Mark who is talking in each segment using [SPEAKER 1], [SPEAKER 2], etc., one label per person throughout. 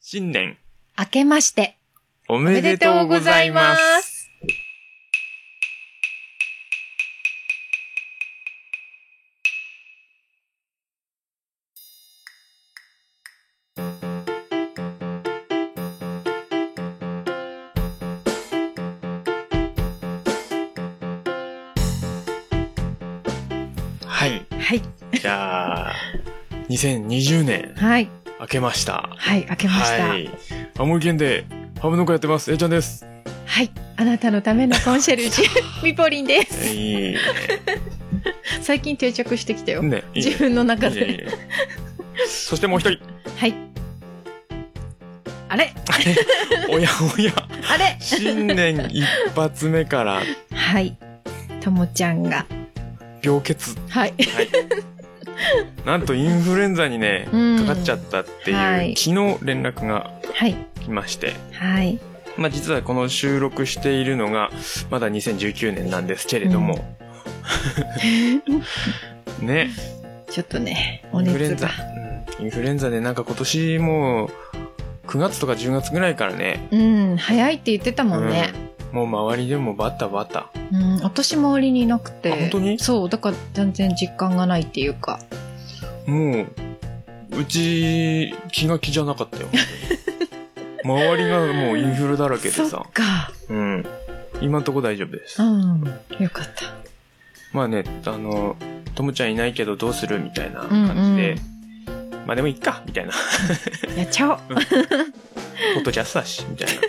[SPEAKER 1] 新年、
[SPEAKER 2] 明けまして、
[SPEAKER 1] お
[SPEAKER 2] お
[SPEAKER 1] めでとうございます。
[SPEAKER 2] す。
[SPEAKER 1] はい。
[SPEAKER 2] はい。
[SPEAKER 1] じ ゃあ、2020年、
[SPEAKER 2] はい。
[SPEAKER 1] 明けました。
[SPEAKER 2] はい。明けました。
[SPEAKER 1] は
[SPEAKER 2] はい。
[SPEAKER 1] い。青森県で、ハム農家やってます。えいちゃんです。
[SPEAKER 2] あなたのためのコンシェ ルジュ、ミポリンです。
[SPEAKER 1] いいね。
[SPEAKER 2] 最近定着してきたよ。
[SPEAKER 1] ね、いいね
[SPEAKER 2] 自分の中
[SPEAKER 1] いいねいい
[SPEAKER 2] で。
[SPEAKER 1] ねそしてもう一人。
[SPEAKER 2] はい。あれ
[SPEAKER 1] おやおや。
[SPEAKER 2] あれ
[SPEAKER 1] 新年一発目から、
[SPEAKER 2] はい。ともちゃんが。
[SPEAKER 1] 病欠。
[SPEAKER 2] は
[SPEAKER 1] は
[SPEAKER 2] い。
[SPEAKER 1] い。なんとインフルエンザにね、
[SPEAKER 2] うん
[SPEAKER 1] かかっちゃったっていう、
[SPEAKER 2] はい
[SPEAKER 1] 昨日連絡が
[SPEAKER 2] はい。
[SPEAKER 1] 来まして、
[SPEAKER 2] はい。
[SPEAKER 1] まあ、実はこの収録しているのがまだ2019年なんですけれども、ね
[SPEAKER 2] ちょっとね、
[SPEAKER 1] イ
[SPEAKER 2] お
[SPEAKER 1] ンフルエ
[SPEAKER 2] 熱
[SPEAKER 1] ンザ
[SPEAKER 2] が。、
[SPEAKER 1] うんインフルエンザでなんか今年もう9月とか10月ぐらいからね
[SPEAKER 2] うん、早いって言ってたもんね。
[SPEAKER 1] もう周りでもバタバタ
[SPEAKER 2] うん、私周りにいなくて。
[SPEAKER 1] あ本当に
[SPEAKER 2] そう、だから全然実感がないっていうか。
[SPEAKER 1] もううち気が気じゃなか ったよ周りがもうインフルだらけで
[SPEAKER 2] そっ
[SPEAKER 1] さ、
[SPEAKER 2] か。
[SPEAKER 1] うん、今んとこ大丈夫です、
[SPEAKER 2] うん、よかった。
[SPEAKER 1] まあねあのともちゃんいないけどどうするみたいな感じで、まあでもいっかみたいな
[SPEAKER 2] やっちゃおう。
[SPEAKER 1] ポッドキャストだし、みたい な。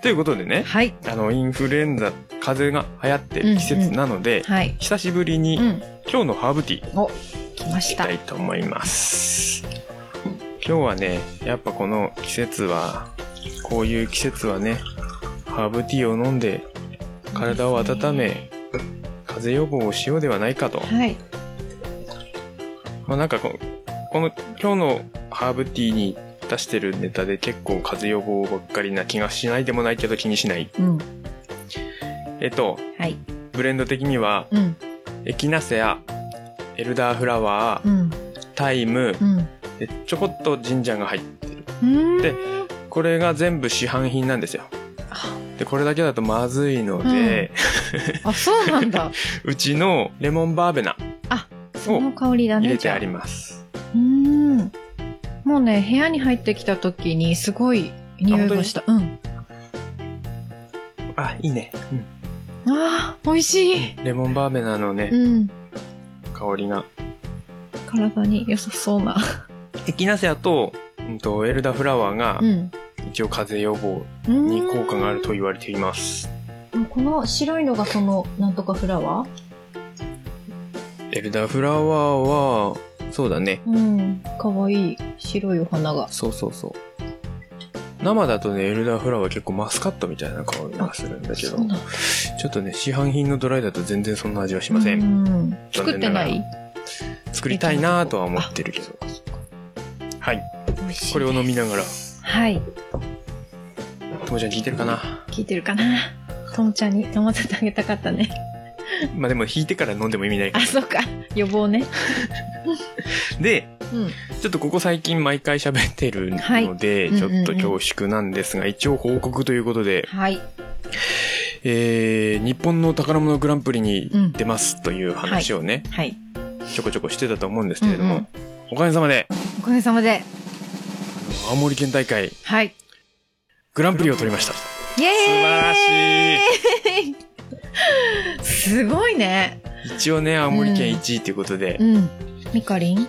[SPEAKER 1] ということでね、
[SPEAKER 2] はい。
[SPEAKER 1] あの、インフルエンザ、風邪が流行ってる季節なので、
[SPEAKER 2] はい。
[SPEAKER 1] 久しぶりに、
[SPEAKER 2] うん。
[SPEAKER 1] 今日のハーブティー、い
[SPEAKER 2] お、来まし
[SPEAKER 1] き
[SPEAKER 2] た
[SPEAKER 1] た。いと思います。今日はね、やっぱこの季節は、こういう季節はね、ハーブティーを飲んで、体を温め、風邪予防をしようではないかと。
[SPEAKER 2] はい。
[SPEAKER 1] まあなんかここの、今日のハーブティーに出してるネタで結構風邪予防ばっかりな気がしないでもないけど気にしない。
[SPEAKER 2] うん。
[SPEAKER 1] えっと、
[SPEAKER 2] はい。
[SPEAKER 1] ブレンド的には、
[SPEAKER 2] うん。
[SPEAKER 1] エキナセア、エルダーフラワ
[SPEAKER 2] う
[SPEAKER 1] ー、
[SPEAKER 2] ん。
[SPEAKER 1] タイム
[SPEAKER 2] う、ん。う
[SPEAKER 1] でちょこっとジンジャーが入って、
[SPEAKER 2] ーん
[SPEAKER 1] でこれが全部市販品なんですよ。
[SPEAKER 2] あ
[SPEAKER 1] で、これだけだとまずいので、
[SPEAKER 2] あ、そうなん だ。
[SPEAKER 1] うちのレモンバーベナ
[SPEAKER 2] その香りだね。
[SPEAKER 1] 入れてあり
[SPEAKER 2] ま
[SPEAKER 1] ます。
[SPEAKER 2] うーん。もうね、部屋に入ってきた時に、すごい匂いがした。うん。
[SPEAKER 1] あ、いいね。
[SPEAKER 2] あー、美味しい。
[SPEAKER 1] うんレモンバーベナのね、
[SPEAKER 2] うん。
[SPEAKER 1] 香りが。
[SPEAKER 2] 体に良さそうな。
[SPEAKER 1] エキナセアと、うんと、エルダーフラワーが、
[SPEAKER 2] ん。
[SPEAKER 1] 一応風邪予防に
[SPEAKER 2] に
[SPEAKER 1] 効果があると言われています。
[SPEAKER 2] この白いのがその、なんとかフラワー
[SPEAKER 1] エルダーフラワーは、そうだね。
[SPEAKER 2] うん。かわいい。白いお花が。
[SPEAKER 1] そうそうそう。生だとね、エルダーフラワー結構マスカットみたいな香りがするんだけど
[SPEAKER 2] そう、なんだ
[SPEAKER 1] ちょっとね、市販品のドライだと全然そんな味はしません。
[SPEAKER 2] うん。作ってな
[SPEAKER 1] 残念
[SPEAKER 2] い
[SPEAKER 1] な作りたいなぁとは思ってるけど。はい。
[SPEAKER 2] 美味しい。
[SPEAKER 1] これを飲みながら、
[SPEAKER 2] はい。
[SPEAKER 1] ともちゃん聞いてるかな
[SPEAKER 2] 聞いてるかなともちゃんに飲ませてあげたかっ たね。
[SPEAKER 1] まあでも引いてから飲んでも意味ないか
[SPEAKER 2] あ、そうか。予防ね。
[SPEAKER 1] ら。で、
[SPEAKER 2] う
[SPEAKER 1] ちょっとここ最近毎回喋ってる
[SPEAKER 2] はい
[SPEAKER 1] ので、
[SPEAKER 2] うん
[SPEAKER 1] ち
[SPEAKER 2] う
[SPEAKER 1] ょ
[SPEAKER 2] んうん
[SPEAKER 1] っと恐縮なんですが、一応報告ということで
[SPEAKER 2] ん。、はい。
[SPEAKER 1] えー日本の宝物グランプリに
[SPEAKER 2] うん
[SPEAKER 1] 出ますという話をね、
[SPEAKER 2] はい。
[SPEAKER 1] ちょこちょこしてたと思うんですけれども、
[SPEAKER 2] うんうん
[SPEAKER 1] おかげさまで、
[SPEAKER 2] おかげさまで。
[SPEAKER 1] 青森県大会、
[SPEAKER 2] はい。
[SPEAKER 1] グランプリを取りました。素
[SPEAKER 2] イ
[SPEAKER 1] 晴
[SPEAKER 2] エ
[SPEAKER 1] らし
[SPEAKER 2] ーイすごいね。
[SPEAKER 1] い一応ね、青森県1位ということで、
[SPEAKER 2] うん。みかりん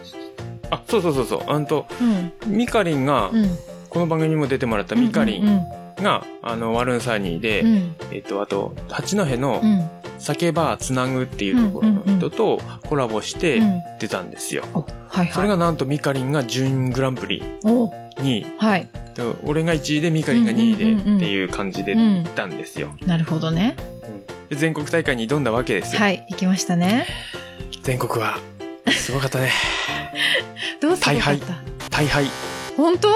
[SPEAKER 1] あ、そうそうそうそう、あんと、
[SPEAKER 2] うん。
[SPEAKER 1] ミカリンが、
[SPEAKER 2] うん。
[SPEAKER 1] この番組にも出てもらったミカリ
[SPEAKER 2] う
[SPEAKER 1] ン
[SPEAKER 2] ん。
[SPEAKER 1] が、あの、ワルンサーニーで、
[SPEAKER 2] うん。
[SPEAKER 1] えっと、あと、八戸の
[SPEAKER 2] うん。
[SPEAKER 1] 酒バーつなぐっていうところの人とコラボして
[SPEAKER 2] うん。
[SPEAKER 1] 出たんですよ。
[SPEAKER 2] おはいはい。
[SPEAKER 1] それがなんとミカリンが準グランプリ
[SPEAKER 2] お
[SPEAKER 1] に
[SPEAKER 2] はい。
[SPEAKER 1] で俺が1位でミカリンが2位
[SPEAKER 2] うんうんうんう
[SPEAKER 1] で
[SPEAKER 2] ん
[SPEAKER 1] っていう感じで行ったんですよ、
[SPEAKER 2] なるほどね。
[SPEAKER 1] で全国大会に挑んだわけですよ、
[SPEAKER 2] はい。行きましたね。
[SPEAKER 1] 全国はすごかったね
[SPEAKER 2] どうするか
[SPEAKER 1] 大敗
[SPEAKER 2] った
[SPEAKER 1] 大敗
[SPEAKER 2] 本当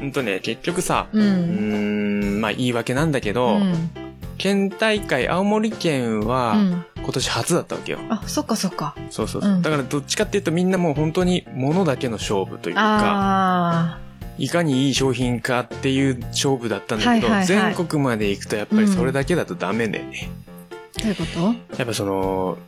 [SPEAKER 1] うんとね結局さ
[SPEAKER 2] う
[SPEAKER 1] うー
[SPEAKER 2] ん。
[SPEAKER 1] んまあ言い訳なんだけ
[SPEAKER 2] う
[SPEAKER 1] ど、
[SPEAKER 2] ん。
[SPEAKER 1] 県大会青森県
[SPEAKER 2] う
[SPEAKER 1] は
[SPEAKER 2] ん。
[SPEAKER 1] 今年初だったわけよ、
[SPEAKER 2] あ、そっかそっか。
[SPEAKER 1] そうそうそう、
[SPEAKER 2] うん
[SPEAKER 1] だからどっちかっていうとみんなもう本当に物だけの勝負というか
[SPEAKER 2] あ
[SPEAKER 1] いかにいい商品かっていう勝負だったんだけど、
[SPEAKER 2] はいはいはい
[SPEAKER 1] 全国まで行くとやっぱりそれだけだとダメでね、
[SPEAKER 2] どういうこと
[SPEAKER 1] やっぱその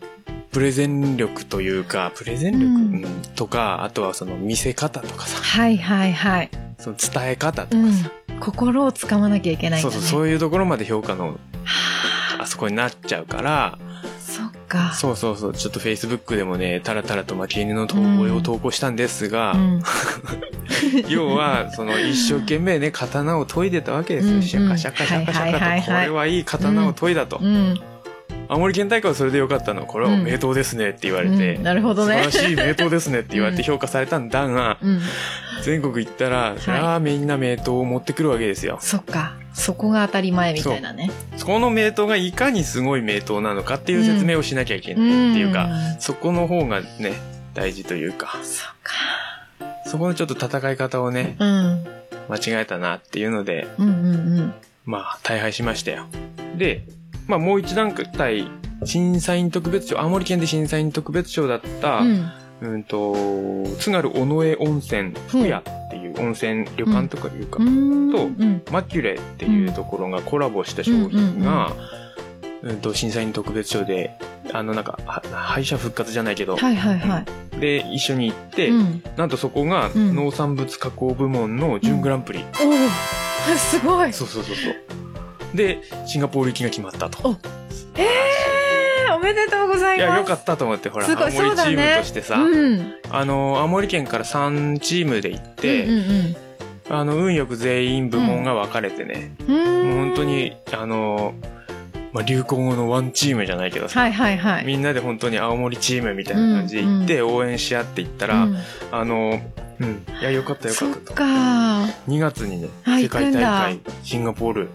[SPEAKER 1] プレゼン力というかプレゼン力、
[SPEAKER 2] うん
[SPEAKER 1] うんとかあとはその見せ方とかさ
[SPEAKER 2] はいはいはい。
[SPEAKER 1] その伝え方と
[SPEAKER 2] う
[SPEAKER 1] か
[SPEAKER 2] ん
[SPEAKER 1] さ、。
[SPEAKER 2] 心をつかまなきゃいけないん
[SPEAKER 1] そう
[SPEAKER 2] だね。
[SPEAKER 1] そうそういうところまで評価の
[SPEAKER 2] は
[SPEAKER 1] あそこになっちゃうから
[SPEAKER 2] あそっか。
[SPEAKER 1] そうそうそうちょっとフェイスブックでもねタラタラと負け犬の投稿を投稿したんですが、
[SPEAKER 2] うん。
[SPEAKER 1] 要はその一生懸命ね刀を研いでたわけです
[SPEAKER 2] う
[SPEAKER 1] よ
[SPEAKER 2] ん
[SPEAKER 1] シャカシャカシャカシ
[SPEAKER 2] はいはいは
[SPEAKER 1] ャカ
[SPEAKER 2] い
[SPEAKER 1] とこ
[SPEAKER 2] はい
[SPEAKER 1] れはいい刀を研いだと
[SPEAKER 2] うん。
[SPEAKER 1] 青森県大会はそれでよかったのこれは
[SPEAKER 2] うん
[SPEAKER 1] 名刀ですねって言われ
[SPEAKER 2] う
[SPEAKER 1] て
[SPEAKER 2] んなるほ
[SPEAKER 1] 素
[SPEAKER 2] ど
[SPEAKER 1] 晴
[SPEAKER 2] ね
[SPEAKER 1] ら。しい名刀ですねって言われ
[SPEAKER 2] う
[SPEAKER 1] て
[SPEAKER 2] ん
[SPEAKER 1] 評価されたんだが
[SPEAKER 2] うん。
[SPEAKER 1] 全国行ったらそりゃあみんな名刀を持ってくるわけですよ
[SPEAKER 2] そっか。そこが当たり前みたいなね。
[SPEAKER 1] そこの名刀がいかにすごい名刀なのかっていう説明をしなきゃいけないっていうか
[SPEAKER 2] ん
[SPEAKER 1] そこの方がね大事というか
[SPEAKER 2] そっか。
[SPEAKER 1] そこのちょっと戦い方をね
[SPEAKER 2] うん。
[SPEAKER 1] 間違えたなっていうので
[SPEAKER 2] うんうんうん。
[SPEAKER 1] まあ、大敗しましたよ。で、まあ、もう一段階、審査員特別賞、青森県で審査員特別賞だった、う、
[SPEAKER 2] うんん。
[SPEAKER 1] と、津軽尾上温泉福屋っていう温泉旅館とかいうか、
[SPEAKER 2] うん。
[SPEAKER 1] と
[SPEAKER 2] うん。
[SPEAKER 1] マキュレっていうところがコラボした商品が、うんと、審査員特別賞で、あの、なんか、は敗者復活じゃないけど、
[SPEAKER 2] はいはいは
[SPEAKER 1] で、一緒に行って、
[SPEAKER 2] い。うん。
[SPEAKER 1] なんとそこが
[SPEAKER 2] うん
[SPEAKER 1] 農産物加工部門の準グランプリ。
[SPEAKER 2] おお。 すごい。
[SPEAKER 1] そうそうそうそう。で、シンガポール行きが決まったと。
[SPEAKER 2] ええー、おめでとうござい
[SPEAKER 1] い
[SPEAKER 2] ます。
[SPEAKER 1] や、よかったと思って、ほら、
[SPEAKER 2] す
[SPEAKER 1] 青
[SPEAKER 2] ごい
[SPEAKER 1] 森チ
[SPEAKER 2] そうだね
[SPEAKER 1] ームとしてさ、
[SPEAKER 2] うん。
[SPEAKER 1] あの、青森県から3チームで行って、
[SPEAKER 2] うんうん
[SPEAKER 1] あの、運よく全員部門が分かれてね、
[SPEAKER 2] う
[SPEAKER 1] も
[SPEAKER 2] ん。
[SPEAKER 1] う
[SPEAKER 2] うーん
[SPEAKER 1] 本当。に、あの、まあ、流行語のワンチームじゃないけどさ、
[SPEAKER 2] はいはいはい。
[SPEAKER 1] みんなで本当に青森チームみたいな感じで行って、応援し合って行ったら、
[SPEAKER 2] うん
[SPEAKER 1] あの、うん、いや、よかったよか
[SPEAKER 2] そ
[SPEAKER 1] っ
[SPEAKER 2] った
[SPEAKER 1] と。
[SPEAKER 2] か。
[SPEAKER 1] 2月にね、
[SPEAKER 2] あ
[SPEAKER 1] 世界大
[SPEAKER 2] 行
[SPEAKER 1] 会、シンガポール、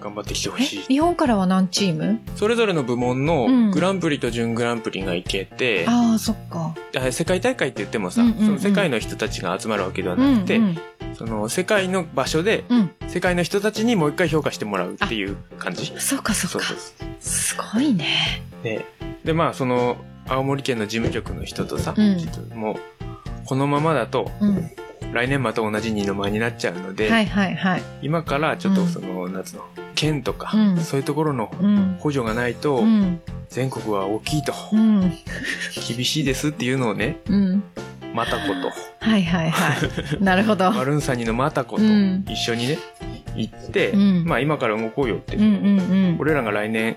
[SPEAKER 1] 頑張ってきてほ
[SPEAKER 2] え、
[SPEAKER 1] しい。
[SPEAKER 2] 日本からは何チーム
[SPEAKER 1] それぞれの部門
[SPEAKER 2] う
[SPEAKER 1] の
[SPEAKER 2] ん
[SPEAKER 1] グランプリと準グランプリが行けて、
[SPEAKER 2] ああ、そっか。
[SPEAKER 1] あ世界大会って言ってもさ、
[SPEAKER 2] うんうんうん
[SPEAKER 1] その世界の人たちが集まるわけではなくて、
[SPEAKER 2] うん
[SPEAKER 1] その世界の場所で
[SPEAKER 2] うん。
[SPEAKER 1] 世界の人たちにもう一回評価してもらうっていう感じ
[SPEAKER 2] うん。。そっかそっか
[SPEAKER 1] う。そ
[SPEAKER 2] すごいね。
[SPEAKER 1] う。で、でまあその青森県の事務局の人とさ、
[SPEAKER 2] うん
[SPEAKER 1] ちょっともうこのままだと
[SPEAKER 2] うん。
[SPEAKER 1] 来年また同じ二の舞になっちゃうので、
[SPEAKER 2] はいはいはい。
[SPEAKER 1] 今からちょっとその、夏の県とか、
[SPEAKER 2] うん
[SPEAKER 1] そういうところの
[SPEAKER 2] うん。
[SPEAKER 1] 補助がないと
[SPEAKER 2] うん。
[SPEAKER 1] 全国は大きいと、
[SPEAKER 2] うん。
[SPEAKER 1] 厳しいですっていうのをね、
[SPEAKER 2] うん。
[SPEAKER 1] またこと。
[SPEAKER 2] はいは いはい。なるほど。
[SPEAKER 1] バルーンサニーの マタコと
[SPEAKER 2] うん
[SPEAKER 1] 一緒にね、行って、
[SPEAKER 2] うん
[SPEAKER 1] まあ今から動こうよって、
[SPEAKER 2] うんうんうん。
[SPEAKER 1] 俺らが来年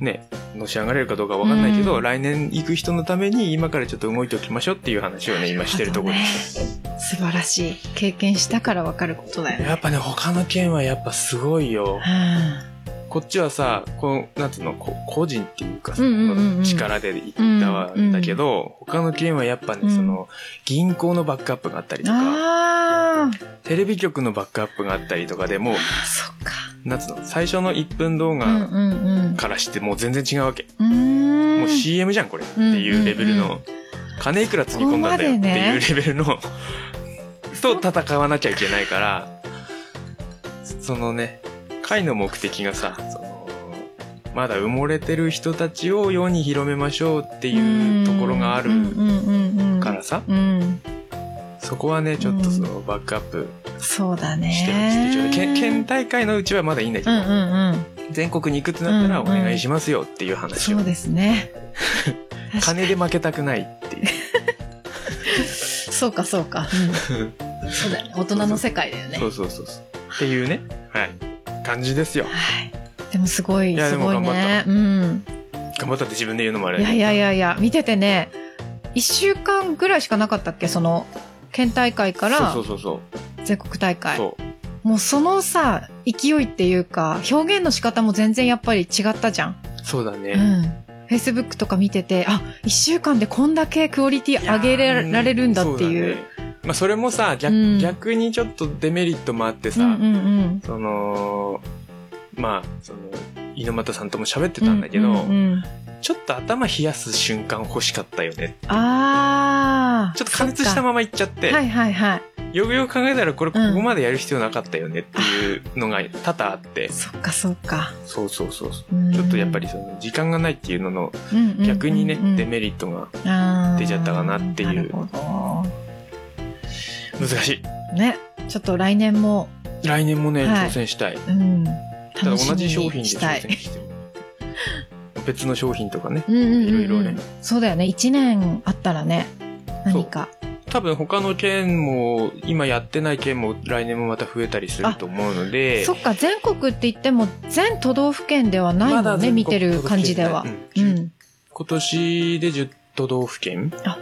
[SPEAKER 1] ね、のし上がれるかどうかわかんないけど、
[SPEAKER 2] うん
[SPEAKER 1] 来年行く人のために今からちょっと動いておきましょうっていう話をね、今してるところです。
[SPEAKER 2] 素晴らしい。経験したからわかることだよね。
[SPEAKER 1] やっぱね、他の県はやっぱすごいよ。
[SPEAKER 2] は
[SPEAKER 1] こっちはさ、こう、なんつうの、こ個人っていうかさ、
[SPEAKER 2] うんうんうんうん
[SPEAKER 1] 力で行ったわ
[SPEAKER 2] うんうん
[SPEAKER 1] だけど、他の県はやっぱね、
[SPEAKER 2] うん
[SPEAKER 1] その、銀行のバックアップがあったりとか、
[SPEAKER 2] ああー。
[SPEAKER 1] テレビ局のバックアップがあったりとかでもう、
[SPEAKER 2] あそっか。
[SPEAKER 1] なんつうの、最初の1分動
[SPEAKER 2] うん
[SPEAKER 1] 画
[SPEAKER 2] うんうん。
[SPEAKER 1] からしてもう全然違うわけ。
[SPEAKER 2] うーん。
[SPEAKER 1] もう CM じゃん、これ。っていうレベルの、金いくらつぎ込んだんだよっていうレベルの、と戦わなきゃいけないから、そのね、会の目的がさ、そのまだ埋もれてる人たちを世に広めましょうって
[SPEAKER 2] て
[SPEAKER 1] いうところがある
[SPEAKER 2] か
[SPEAKER 1] から。さ、
[SPEAKER 2] うん。
[SPEAKER 1] そこはね、ちょっとそのバックアップ
[SPEAKER 2] そうだね。
[SPEAKER 1] してるんですけど、県県大会のうちはまだいいんだけ
[SPEAKER 2] う
[SPEAKER 1] ど、
[SPEAKER 2] んうんうん。
[SPEAKER 1] 全国に行くってなったらお
[SPEAKER 2] うんうん
[SPEAKER 1] 願いしますよっていう話
[SPEAKER 2] そ
[SPEAKER 1] を
[SPEAKER 2] うですね。確かに
[SPEAKER 1] 金で負けたくないっていう。
[SPEAKER 2] そうかそうか。うんそうだよね。大人の世界だよね
[SPEAKER 1] そ。うそうそうそう。っていうね、はい、感じですよ。
[SPEAKER 2] はい。でもすごい、
[SPEAKER 1] いや
[SPEAKER 2] す
[SPEAKER 1] でも
[SPEAKER 2] ごい
[SPEAKER 1] 頑張
[SPEAKER 2] ね。うん。
[SPEAKER 1] 頑張ったって自分で言うのもあれ
[SPEAKER 2] いやいやいやいや、見ててね、1週間ぐらいしかなかったっけその、県大会から
[SPEAKER 1] そうそうそうそう。
[SPEAKER 2] 全国大会。
[SPEAKER 1] そう
[SPEAKER 2] もうそのさ、勢いっていうか、表現の仕方も全然やっぱり違ったじゃん。
[SPEAKER 1] そうだ
[SPEAKER 2] う
[SPEAKER 1] ね。
[SPEAKER 2] ん。Facebook とか見てて、あ、1週間でこんだけクオリティ上げられるんだってい
[SPEAKER 1] そ
[SPEAKER 2] う。
[SPEAKER 1] だねまあそれもさ逆,、
[SPEAKER 2] うん
[SPEAKER 1] 逆にちょっとデメリットもあってさ、
[SPEAKER 2] うんうんうん。
[SPEAKER 1] そのまあその猪俣さんとも喋ってたんだけど、
[SPEAKER 2] うんうんうん
[SPEAKER 1] ちょっと頭冷やす瞬間欲しかったよね
[SPEAKER 2] ああ。
[SPEAKER 1] ちょっと加熱したままいっちゃって、
[SPEAKER 2] はいはいはい。
[SPEAKER 1] よくよく考えたらこれここまでやる必要なかったよねっていうのが多々あって、
[SPEAKER 2] そっかそっか。
[SPEAKER 1] そうそうそうそう
[SPEAKER 2] うん
[SPEAKER 1] ちょっとやっぱり、その時間がないっていうのの
[SPEAKER 2] うんうんうんうん
[SPEAKER 1] 逆にね、デメリットが
[SPEAKER 2] あー
[SPEAKER 1] 出ちゃったかなっていう
[SPEAKER 2] なるほど。
[SPEAKER 1] 難しい
[SPEAKER 2] ね、ちょっと来年も、
[SPEAKER 1] 来年もね、
[SPEAKER 2] はい
[SPEAKER 1] 挑戦したい。
[SPEAKER 2] うん、
[SPEAKER 1] ただ
[SPEAKER 2] 楽し
[SPEAKER 1] 同
[SPEAKER 2] み
[SPEAKER 1] じ商品
[SPEAKER 2] に
[SPEAKER 1] で
[SPEAKER 2] した
[SPEAKER 1] 挑
[SPEAKER 2] い。
[SPEAKER 1] 戦しても。別の商品とかね。
[SPEAKER 2] うんうん
[SPEAKER 1] いろい
[SPEAKER 2] うんう
[SPEAKER 1] ろ
[SPEAKER 2] ん
[SPEAKER 1] ね
[SPEAKER 2] そうだよね。1年あったらね、何か。
[SPEAKER 1] 多分他の県も、今やってない県も来年もまた増えたりすると思うので、
[SPEAKER 2] そっか、全国って言っても、全都道府県ではないもんね、見てる感じでは。
[SPEAKER 1] う
[SPEAKER 2] うんん。
[SPEAKER 1] 今年で10都道府県
[SPEAKER 2] あ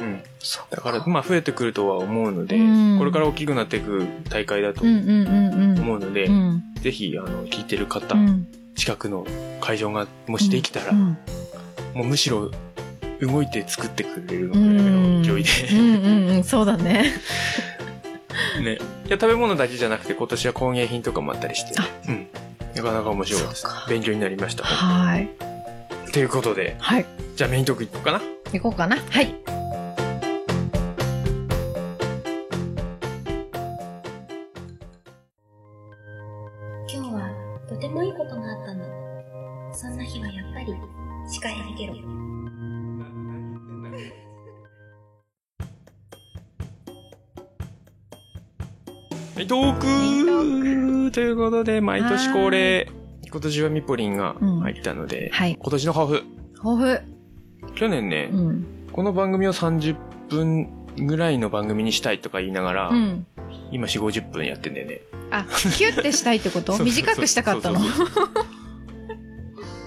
[SPEAKER 1] うん。
[SPEAKER 2] そっ
[SPEAKER 1] だから、まあ増えてくるとは思うので、
[SPEAKER 2] うん
[SPEAKER 1] これから大きくなっていく大会だと
[SPEAKER 2] うんうんうんうん。
[SPEAKER 1] 思うので、
[SPEAKER 2] うん。
[SPEAKER 1] ぜひ、あの、聞いてる方、
[SPEAKER 2] うん。
[SPEAKER 1] 近くの会場が、もしできたら、
[SPEAKER 2] うん
[SPEAKER 1] もうむしろ、動いて作ってくれるぐ
[SPEAKER 2] う
[SPEAKER 1] らい
[SPEAKER 2] ん。
[SPEAKER 1] の勢い
[SPEAKER 2] うん
[SPEAKER 1] で、
[SPEAKER 2] うんうん、そうだね。
[SPEAKER 1] ね。いや、食べ物だけじゃなくて、今年は工芸品とかもあったりして、うん。なかなか面白いです
[SPEAKER 2] そうか。
[SPEAKER 1] 勉強になりました。
[SPEAKER 2] はい。
[SPEAKER 1] ということで、
[SPEAKER 2] はい。
[SPEAKER 1] じゃあメイントークいこうかな。
[SPEAKER 2] 行こうかな。はい。
[SPEAKER 3] 今日はとてもいいことがあったの。そんな日はやっぱりシカヘルゲロ。
[SPEAKER 1] メイントーク
[SPEAKER 2] メイント
[SPEAKER 1] ということで、毎年恒例、今年はミポリンが入ったので、
[SPEAKER 2] はい。
[SPEAKER 1] 今年の抱負。
[SPEAKER 2] 抱負。
[SPEAKER 1] 去年ね、
[SPEAKER 2] うん。
[SPEAKER 1] この番組を30分ぐらいの番組にしたいとか言いながら、
[SPEAKER 2] うん。
[SPEAKER 1] 今4、50分やってんだよね。
[SPEAKER 2] あ、キュッてしたいってこと
[SPEAKER 1] そうそうそう
[SPEAKER 2] 短くしたかったの。
[SPEAKER 1] そうそうそう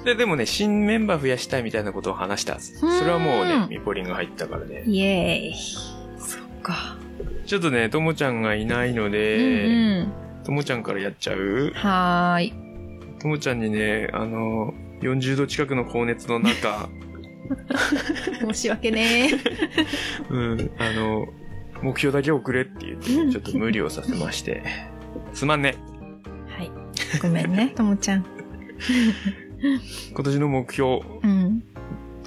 [SPEAKER 1] で、でもね、新メンバー増やしたいみたいなことを話したんです。それはもうね、ミポリンが入ったからね。
[SPEAKER 2] イエーイ。そっか。
[SPEAKER 1] ちょっとね、ともちゃんがいないの
[SPEAKER 2] うん
[SPEAKER 1] で、
[SPEAKER 2] うん。
[SPEAKER 1] ともちゃんからやっちゃう
[SPEAKER 2] はーい。
[SPEAKER 1] ともちゃんにね、あの、40度近くの高熱の 中、
[SPEAKER 2] 申し訳ねー。
[SPEAKER 1] うん、あの、目標だけ送れって言って、ちょっと無理をさせまして。すまんね。
[SPEAKER 2] はい。ごめ んね、ともちゃん。
[SPEAKER 1] 今年の目標。
[SPEAKER 2] うん。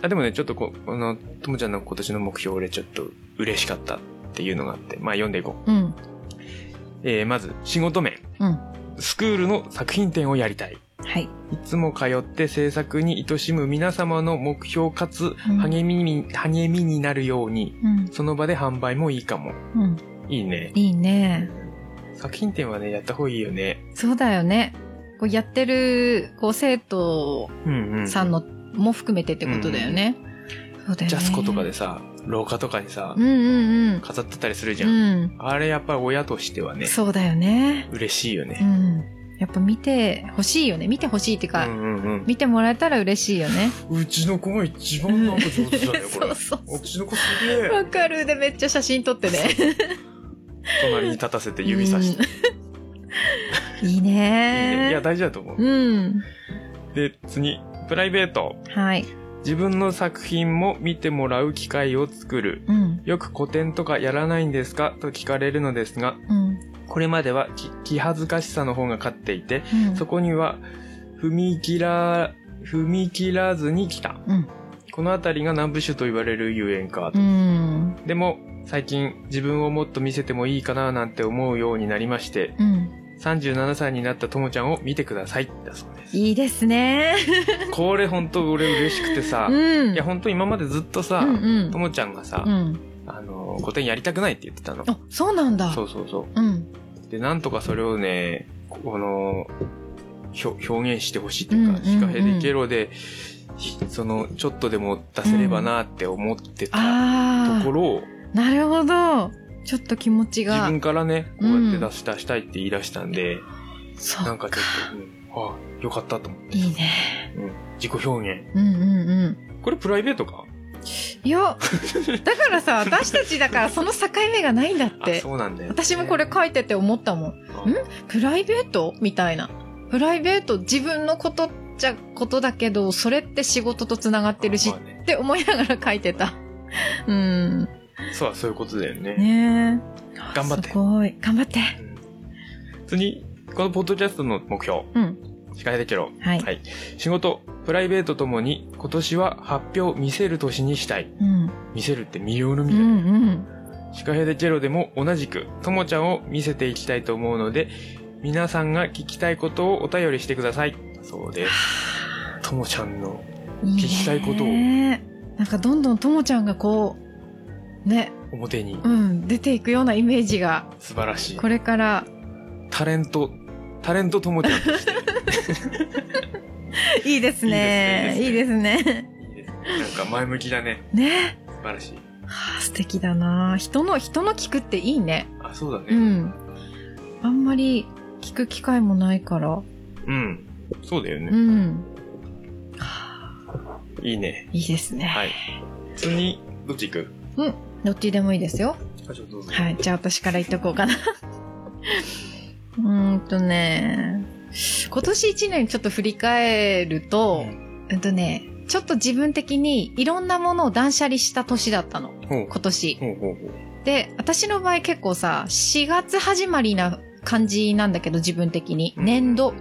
[SPEAKER 1] あ、でもね、ちょっとこ、あの、ともちゃんの今年の目標、俺ちょっと嬉しかったっていうのがあって、まあ読んでいこう。
[SPEAKER 2] うん。
[SPEAKER 1] えー、まず、仕事面。
[SPEAKER 2] うん
[SPEAKER 1] スクールの作品展をやりたい。
[SPEAKER 2] はい。
[SPEAKER 1] いつも通って制作に愛しむ皆様の目標かつ
[SPEAKER 2] うん
[SPEAKER 1] 励みに、励みになるように、
[SPEAKER 2] うん。
[SPEAKER 1] その場で販売もいいかも。
[SPEAKER 2] うん。
[SPEAKER 1] いいね。
[SPEAKER 2] いいね。
[SPEAKER 1] 作品展はね、やった方がいいよね。
[SPEAKER 2] そうだよね。こうやってる、こう、生徒
[SPEAKER 1] うんうん。
[SPEAKER 2] さんの、も含めてってことだよね。そうだよね。
[SPEAKER 1] ジャスコとかで。さ、廊下とかにさ
[SPEAKER 2] うん、うん
[SPEAKER 1] 飾ってたりするじ
[SPEAKER 2] う
[SPEAKER 1] ゃん。
[SPEAKER 2] ん。
[SPEAKER 1] あれやっぱり親としては
[SPEAKER 2] うん。
[SPEAKER 1] ね、
[SPEAKER 2] そうだよね。
[SPEAKER 1] 嬉しいよ
[SPEAKER 2] う
[SPEAKER 1] ね。
[SPEAKER 2] ん。やっぱ見てほしいよね。見てほしいっていう
[SPEAKER 1] う
[SPEAKER 2] か、
[SPEAKER 1] んうん
[SPEAKER 2] 見てもらえたら嬉しいよね。
[SPEAKER 1] うん。うちの子が一番なんか上手だね、こ
[SPEAKER 2] そ
[SPEAKER 1] れ
[SPEAKER 2] う。そう
[SPEAKER 1] うちの子すげえ。
[SPEAKER 2] わかる。で、めっちゃ写真撮ってね。
[SPEAKER 1] 隣に立たせて 指さして。い
[SPEAKER 2] うん。いい
[SPEAKER 1] いねいや、
[SPEAKER 2] ね。
[SPEAKER 1] 大事だと思う。
[SPEAKER 2] うん。
[SPEAKER 1] で、次、プライベート。
[SPEAKER 2] はい。
[SPEAKER 1] 自分の作品も見てもらう機会を作る。
[SPEAKER 2] うん。
[SPEAKER 1] よく古典とかやらないんですかと聞かれるのですが、
[SPEAKER 2] うん。
[SPEAKER 1] これまではき気恥ずかしさの方が勝っていて、
[SPEAKER 2] うん。
[SPEAKER 1] そこには踏み切ら、踏み切らずに来た。
[SPEAKER 2] うん。
[SPEAKER 1] この辺りが南部種と言われる遊園か
[SPEAKER 2] う。ん。
[SPEAKER 1] でも、最近自分をもっと見せてもいいかななんて思うようになりまして、
[SPEAKER 2] うん。
[SPEAKER 1] 37歳になったともちゃんを見てください。だそうです。
[SPEAKER 2] いいですね。
[SPEAKER 1] これほんと俺嬉しくてさ、
[SPEAKER 2] うん。
[SPEAKER 1] いやほんと今までずっとさ、
[SPEAKER 2] うんうん
[SPEAKER 1] ともちゃんがさ、
[SPEAKER 2] うん。
[SPEAKER 1] あの、古典やりたくないって言ってたの。
[SPEAKER 2] あ、そうなんだ。
[SPEAKER 1] そうそうそう。
[SPEAKER 2] うん。
[SPEAKER 1] で、なんとかそれをね、この、ひょ表現してほしいっていう
[SPEAKER 2] う
[SPEAKER 1] か、
[SPEAKER 2] んうんうん
[SPEAKER 1] シカヘデケロで、ひその、ちょっとでも出せればなって思ってたと
[SPEAKER 2] あ
[SPEAKER 1] ころを、
[SPEAKER 2] あ。なるほど。ちょっと気持ち
[SPEAKER 1] 自
[SPEAKER 2] が。
[SPEAKER 1] 分からね、こうやって出した、したいって言い出したんで、
[SPEAKER 2] そう。
[SPEAKER 1] なんかちょっと、うんああ、よかったと思って。
[SPEAKER 2] いいね。
[SPEAKER 1] 自己表現。
[SPEAKER 2] うんうんう
[SPEAKER 1] これプライベートか
[SPEAKER 2] ん。いや、だからさ、私たちだからその境目がないんだっ
[SPEAKER 1] あ、
[SPEAKER 2] て。
[SPEAKER 1] そうなんだよね、
[SPEAKER 2] 私もこれ書いてて思ったもん。
[SPEAKER 1] あ、
[SPEAKER 2] んプライベートみたいな。プライベート自分のことっちゃことだけど、それって仕事と繋がってるし
[SPEAKER 1] あまあね
[SPEAKER 2] って思いながら書いてた。うん。
[SPEAKER 1] そう、そういうことだよね。
[SPEAKER 2] ねえ。
[SPEAKER 1] 頑張って
[SPEAKER 2] すごい。頑張って。
[SPEAKER 1] うん次、このポッドキャストの目標。
[SPEAKER 2] うん。
[SPEAKER 1] シカヘデケロ。
[SPEAKER 2] はい。
[SPEAKER 1] はい。仕事、プライベートともに、今年は発表見せる年にしたい。
[SPEAKER 2] うん。
[SPEAKER 1] 見せるって魅了の
[SPEAKER 2] う
[SPEAKER 1] み
[SPEAKER 2] ん
[SPEAKER 1] だ、
[SPEAKER 2] うん。
[SPEAKER 1] シカヘデチェロでも同じく、ともちゃんを見せていきたいと思うので、皆さんが聞きたいことをお便りしてください。そうです。ともちゃんの、
[SPEAKER 2] いいね
[SPEAKER 1] 聞きたいことを
[SPEAKER 2] なんかどんどんともちゃんがこう、ね、
[SPEAKER 1] 表に
[SPEAKER 2] うん、出ていくようなイメージが、
[SPEAKER 1] 素晴らしい
[SPEAKER 2] これから、
[SPEAKER 1] タレントタレントともちゃんとして
[SPEAKER 2] いいですね。
[SPEAKER 1] い
[SPEAKER 2] い
[SPEAKER 1] い
[SPEAKER 2] い
[SPEAKER 1] で
[SPEAKER 2] ですすね。
[SPEAKER 1] いいですねなんか前向きだね
[SPEAKER 2] ね。
[SPEAKER 1] 素晴らしい
[SPEAKER 2] はあ素敵だな人の、人の聞くっていいね。
[SPEAKER 1] あそうだね
[SPEAKER 2] うん。あんまり聞く機会もないから。
[SPEAKER 1] うんそうだよ
[SPEAKER 2] う
[SPEAKER 1] ね、
[SPEAKER 2] ん。
[SPEAKER 1] いいね
[SPEAKER 2] いいですね。
[SPEAKER 1] はい次にどっち行く
[SPEAKER 2] どっちでもいいですよ。
[SPEAKER 1] あちょっとどうぞ
[SPEAKER 2] はい。じゃあ私から言っとこうかな。 うーんとね、今年一年ちょっと振り返ると、うんとね、ちょっと自分的にいろんなものを断捨離した年だったの。
[SPEAKER 1] ほう
[SPEAKER 2] 今年。
[SPEAKER 1] ほうほうほう
[SPEAKER 2] で、私の場合結構さ、4月始まりな感じなんだけど、自分的に。
[SPEAKER 1] うん
[SPEAKER 2] 年度。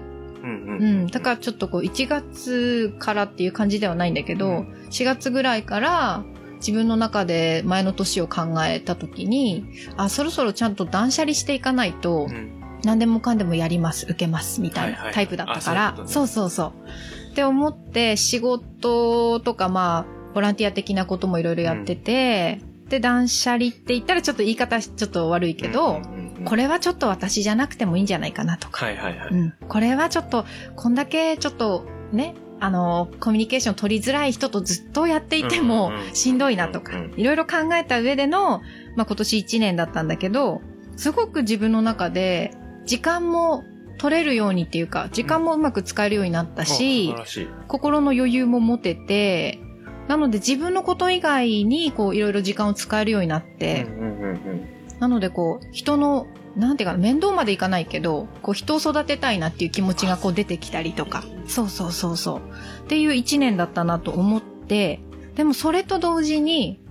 [SPEAKER 1] うんうん、
[SPEAKER 2] うん。だからちょっとこう、1月からっていう感じではないんだけど、
[SPEAKER 1] うん
[SPEAKER 2] 4月ぐらいから、自分の中で前の年を考えた時に、あ、そろそろちゃんと断捨離していかないと、
[SPEAKER 1] うん
[SPEAKER 2] 何でもかんでもやります、受けます、みたい
[SPEAKER 1] はいは
[SPEAKER 2] ないタイプだったから、
[SPEAKER 1] あそ
[SPEAKER 2] そう
[SPEAKER 1] いう
[SPEAKER 2] そうそう。って思って、仕事とかまあ、ボランティア的なこともいろいろやってて、で、断捨離って言ったらちょっと言い方ちょっと悪いけど、
[SPEAKER 1] うんうんうん
[SPEAKER 2] これはちょっと私じゃなくてもいいんじゃないかなとか、
[SPEAKER 1] はいはいはい、
[SPEAKER 2] うん、これはちょっと、こんだけちょっとね、あの、コミュニケーション取りづらい人とずっとやっていても
[SPEAKER 1] うんうんうん
[SPEAKER 2] しんどいなとか
[SPEAKER 1] うんう、
[SPEAKER 2] いろいろ考えた上での、まあ、今年1年だったんだけど、すごく自分の中で時間も取れるようにっていうか、時間もうまく使えるようになった
[SPEAKER 1] あ
[SPEAKER 2] し
[SPEAKER 1] 素晴、らしい
[SPEAKER 2] 心の余裕も持てて、なので自分のこと以外にこういろいろ時間を使えるようになって、
[SPEAKER 1] うんうんうんうん
[SPEAKER 2] なのでこう、人の、なんていうか、面倒までいかないけど、こう人を育てたいなっていう気持ちがこう出てきたりとか、そうそうそうそう。っていう一年だったなと思って、でもそれと同時に、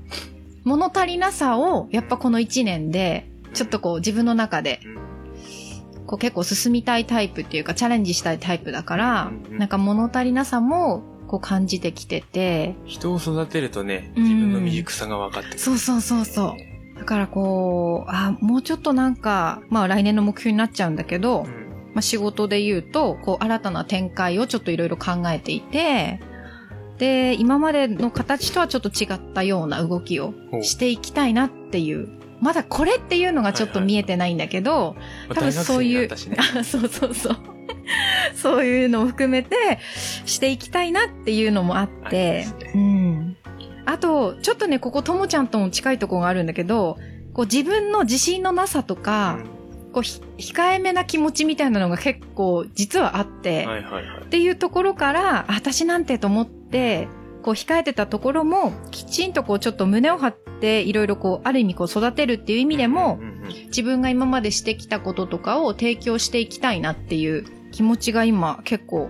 [SPEAKER 2] 物足りなさを、やっぱこの一年で、ちょっとこう自分の中で、こう結構進みたいタイプっていうか、チャレンジしたいタイプだから
[SPEAKER 1] うんう、ん
[SPEAKER 2] なんか物足りなさも、こう感じてきてて、
[SPEAKER 1] 人を育てるとね、
[SPEAKER 2] うん
[SPEAKER 1] 自分の未熟さが分かってくる。
[SPEAKER 2] そうそうそうそう。だからこう、あ、もうちょっとなんか、まあ来年の目標になっちゃうんだけど、
[SPEAKER 1] うん
[SPEAKER 2] まあ、仕事で言うと、こう、新たな展開をちょっといろいろ考えていて、で、今までの形とはちょっと違ったような動きを
[SPEAKER 1] ほう
[SPEAKER 2] していきたいなっていう、まだこれっていうのがちょっと見えてないんだけど、
[SPEAKER 1] まあ
[SPEAKER 2] 多分そう
[SPEAKER 1] 大学生に
[SPEAKER 2] い
[SPEAKER 1] なっ
[SPEAKER 2] う
[SPEAKER 1] たしね、
[SPEAKER 2] あそうそうそう。 そういうのを含めて、していきたいなっていうのもあっ
[SPEAKER 1] ありま
[SPEAKER 2] て
[SPEAKER 1] す、ね
[SPEAKER 2] うん。あと、ちょっとね、ここ、ともちゃんとも近いところがあるんだけど、こう自分の自信のなさとか、こうひ、控えめな気持ちみたいなのが結構実はあって、
[SPEAKER 1] うんはいはいはい。
[SPEAKER 2] っていうところから、あ私なんてと思って、こう控えてたところも、きちんとこうちょっと胸を張って、いろいろこう、ある意味こう育てるっていう意味でも
[SPEAKER 1] う、んうんうん
[SPEAKER 2] 自分が今までしてきたこととかを提供していきたいなっていう気持ちが今結構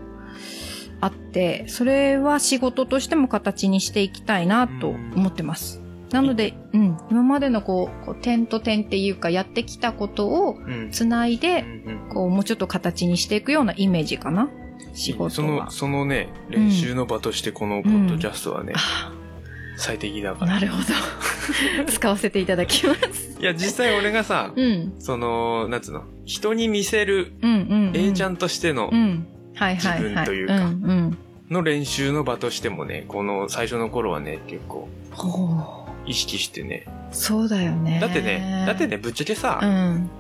[SPEAKER 2] あって、それは仕事としても形にしていきたいなと思ってます。なので、うん、今までのこう、こう点と点っていうかやってきたことを
[SPEAKER 1] うん
[SPEAKER 2] つないで、
[SPEAKER 1] うん
[SPEAKER 2] こう、もうちょっと形にしていくようなイメージかな。仕
[SPEAKER 1] うん
[SPEAKER 2] 事
[SPEAKER 1] そ
[SPEAKER 2] は
[SPEAKER 1] の、。そのね、練習の場としてこのポッドキャストはね、
[SPEAKER 2] あ
[SPEAKER 1] 最適だ
[SPEAKER 2] あ
[SPEAKER 1] から。
[SPEAKER 2] なるほど。 使わせていただきます。
[SPEAKER 1] いや、実際俺がさ、
[SPEAKER 2] うん。
[SPEAKER 1] その、なんつうの、人に見せる
[SPEAKER 2] うんうん、うん。
[SPEAKER 1] A ちゃんとしての
[SPEAKER 2] う、ん。はいはいはい。
[SPEAKER 1] 自分というか
[SPEAKER 2] んうん。
[SPEAKER 1] の練習の場としてもね、この最初の頃はね、結構
[SPEAKER 2] ほう。
[SPEAKER 1] 意識してね。
[SPEAKER 2] そうだよね。
[SPEAKER 1] だってね、だってね、。ぶっちゃけ
[SPEAKER 2] う
[SPEAKER 1] さ、
[SPEAKER 2] ん。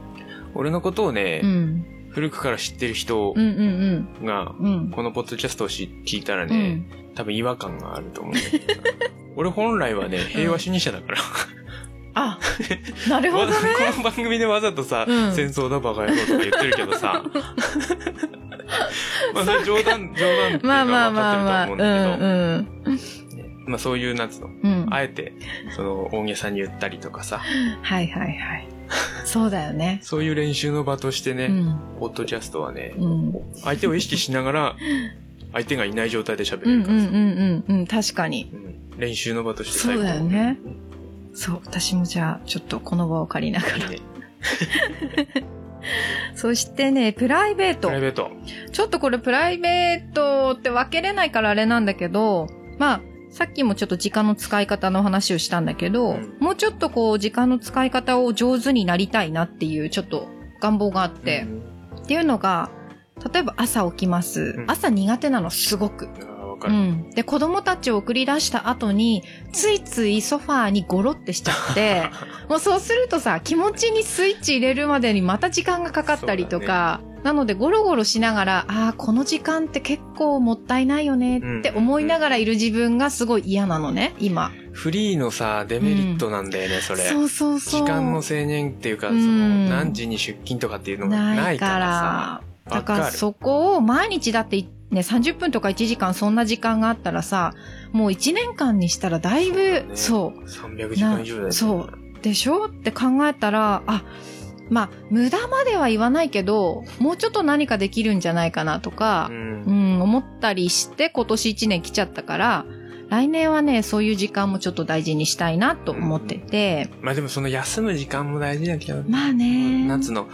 [SPEAKER 1] 俺のことをね
[SPEAKER 2] う、ん。
[SPEAKER 1] 古くから知ってる人
[SPEAKER 2] うんうん
[SPEAKER 1] が、
[SPEAKER 2] うん。うん。
[SPEAKER 1] このポッドキャストをし聞いたらね、多分違和感があると思う。 俺本来はね、平和主義者だから。
[SPEAKER 2] あ、なるほ
[SPEAKER 1] わ
[SPEAKER 2] ど
[SPEAKER 1] ざ
[SPEAKER 2] ね。
[SPEAKER 1] この番組でわざとさ、
[SPEAKER 2] うん
[SPEAKER 1] 戦争だバカ野郎とか言ってるけど さ。まあそれ冗談、冗談っていうか
[SPEAKER 2] まあまあ
[SPEAKER 1] 分
[SPEAKER 2] まあま
[SPEAKER 1] か
[SPEAKER 2] あ。
[SPEAKER 1] ってる
[SPEAKER 2] うん
[SPEAKER 1] と思うんだ
[SPEAKER 2] うん。
[SPEAKER 1] けど、まあそういう、なんつうの、
[SPEAKER 2] うん。は
[SPEAKER 1] あ
[SPEAKER 2] い
[SPEAKER 1] えて、その、大げさに言ったりとかさ、
[SPEAKER 2] はいはい。そうだよね。
[SPEAKER 1] そういう練習の場として
[SPEAKER 2] う
[SPEAKER 1] ね、
[SPEAKER 2] ん。
[SPEAKER 1] ポッドキャストはね、
[SPEAKER 2] うん。
[SPEAKER 1] 相手を意識しながら、相手がいない状態で喋
[SPEAKER 2] う
[SPEAKER 1] れる
[SPEAKER 2] んうん
[SPEAKER 1] か
[SPEAKER 2] う
[SPEAKER 1] らさ、
[SPEAKER 2] んうんうん。確かに。
[SPEAKER 1] うん練習の場として最
[SPEAKER 2] そう
[SPEAKER 1] 高
[SPEAKER 2] だよね。そう。私もじゃあ、ちょっとこの場を借りながら。
[SPEAKER 1] いいね。
[SPEAKER 2] そしてね、プライベー
[SPEAKER 1] プ
[SPEAKER 2] ト
[SPEAKER 1] ライ。ベート。
[SPEAKER 2] ちょっとこれプライベートって分けれないからあれなんだけど、まあ、さっきもちょっと時間の使い方の話をしたんだけど、
[SPEAKER 1] うん
[SPEAKER 2] もうちょっとこう時間の使い方を上手になりたいなっていうちょっと願望があって、っていうのが、例えば朝起きます。
[SPEAKER 1] うん
[SPEAKER 2] 朝苦手なのすごく。
[SPEAKER 1] あーわか
[SPEAKER 2] う
[SPEAKER 1] る。
[SPEAKER 2] ん、で子供たちを送り出した後についついソファーにゴロってしちゃって もうそうするとさ気持ちにスイッチ入れるまでにまた時間がかかったりとか、なのでゴロゴロしながらああこの時間って結構もったいないよねって思いながらいる自分がすごい嫌なのね今
[SPEAKER 1] フリーのさ、デメリットなんだよね、それ。
[SPEAKER 2] そうそう
[SPEAKER 1] 時
[SPEAKER 2] そう
[SPEAKER 1] 間の制限っていうか、そ
[SPEAKER 2] うん
[SPEAKER 1] の、何時に出勤とかっていうのが
[SPEAKER 2] な
[SPEAKER 1] ないい
[SPEAKER 2] か
[SPEAKER 1] から
[SPEAKER 2] ら
[SPEAKER 1] さ。
[SPEAKER 2] だか
[SPEAKER 1] わ
[SPEAKER 2] ら
[SPEAKER 1] る
[SPEAKER 2] そこを毎日だってね、30分とか1時間そんな時間があったらさ、もう1年間にしたらだいぶ、
[SPEAKER 1] そ
[SPEAKER 2] そう
[SPEAKER 1] 300時間以上だよね。
[SPEAKER 2] そうでしょって考えたら、あ、まあ、無駄までは言わないけど、もうちょっと何かできるんじゃないかなとか
[SPEAKER 1] う、。
[SPEAKER 2] うんん、思ったりして今年1年来ちゃったから、来年はね、そういう時間もちょっと大事にしたいなと思ってて、
[SPEAKER 1] まあでもその休む時間も大事だけど、
[SPEAKER 2] まあね。
[SPEAKER 1] なんつうの、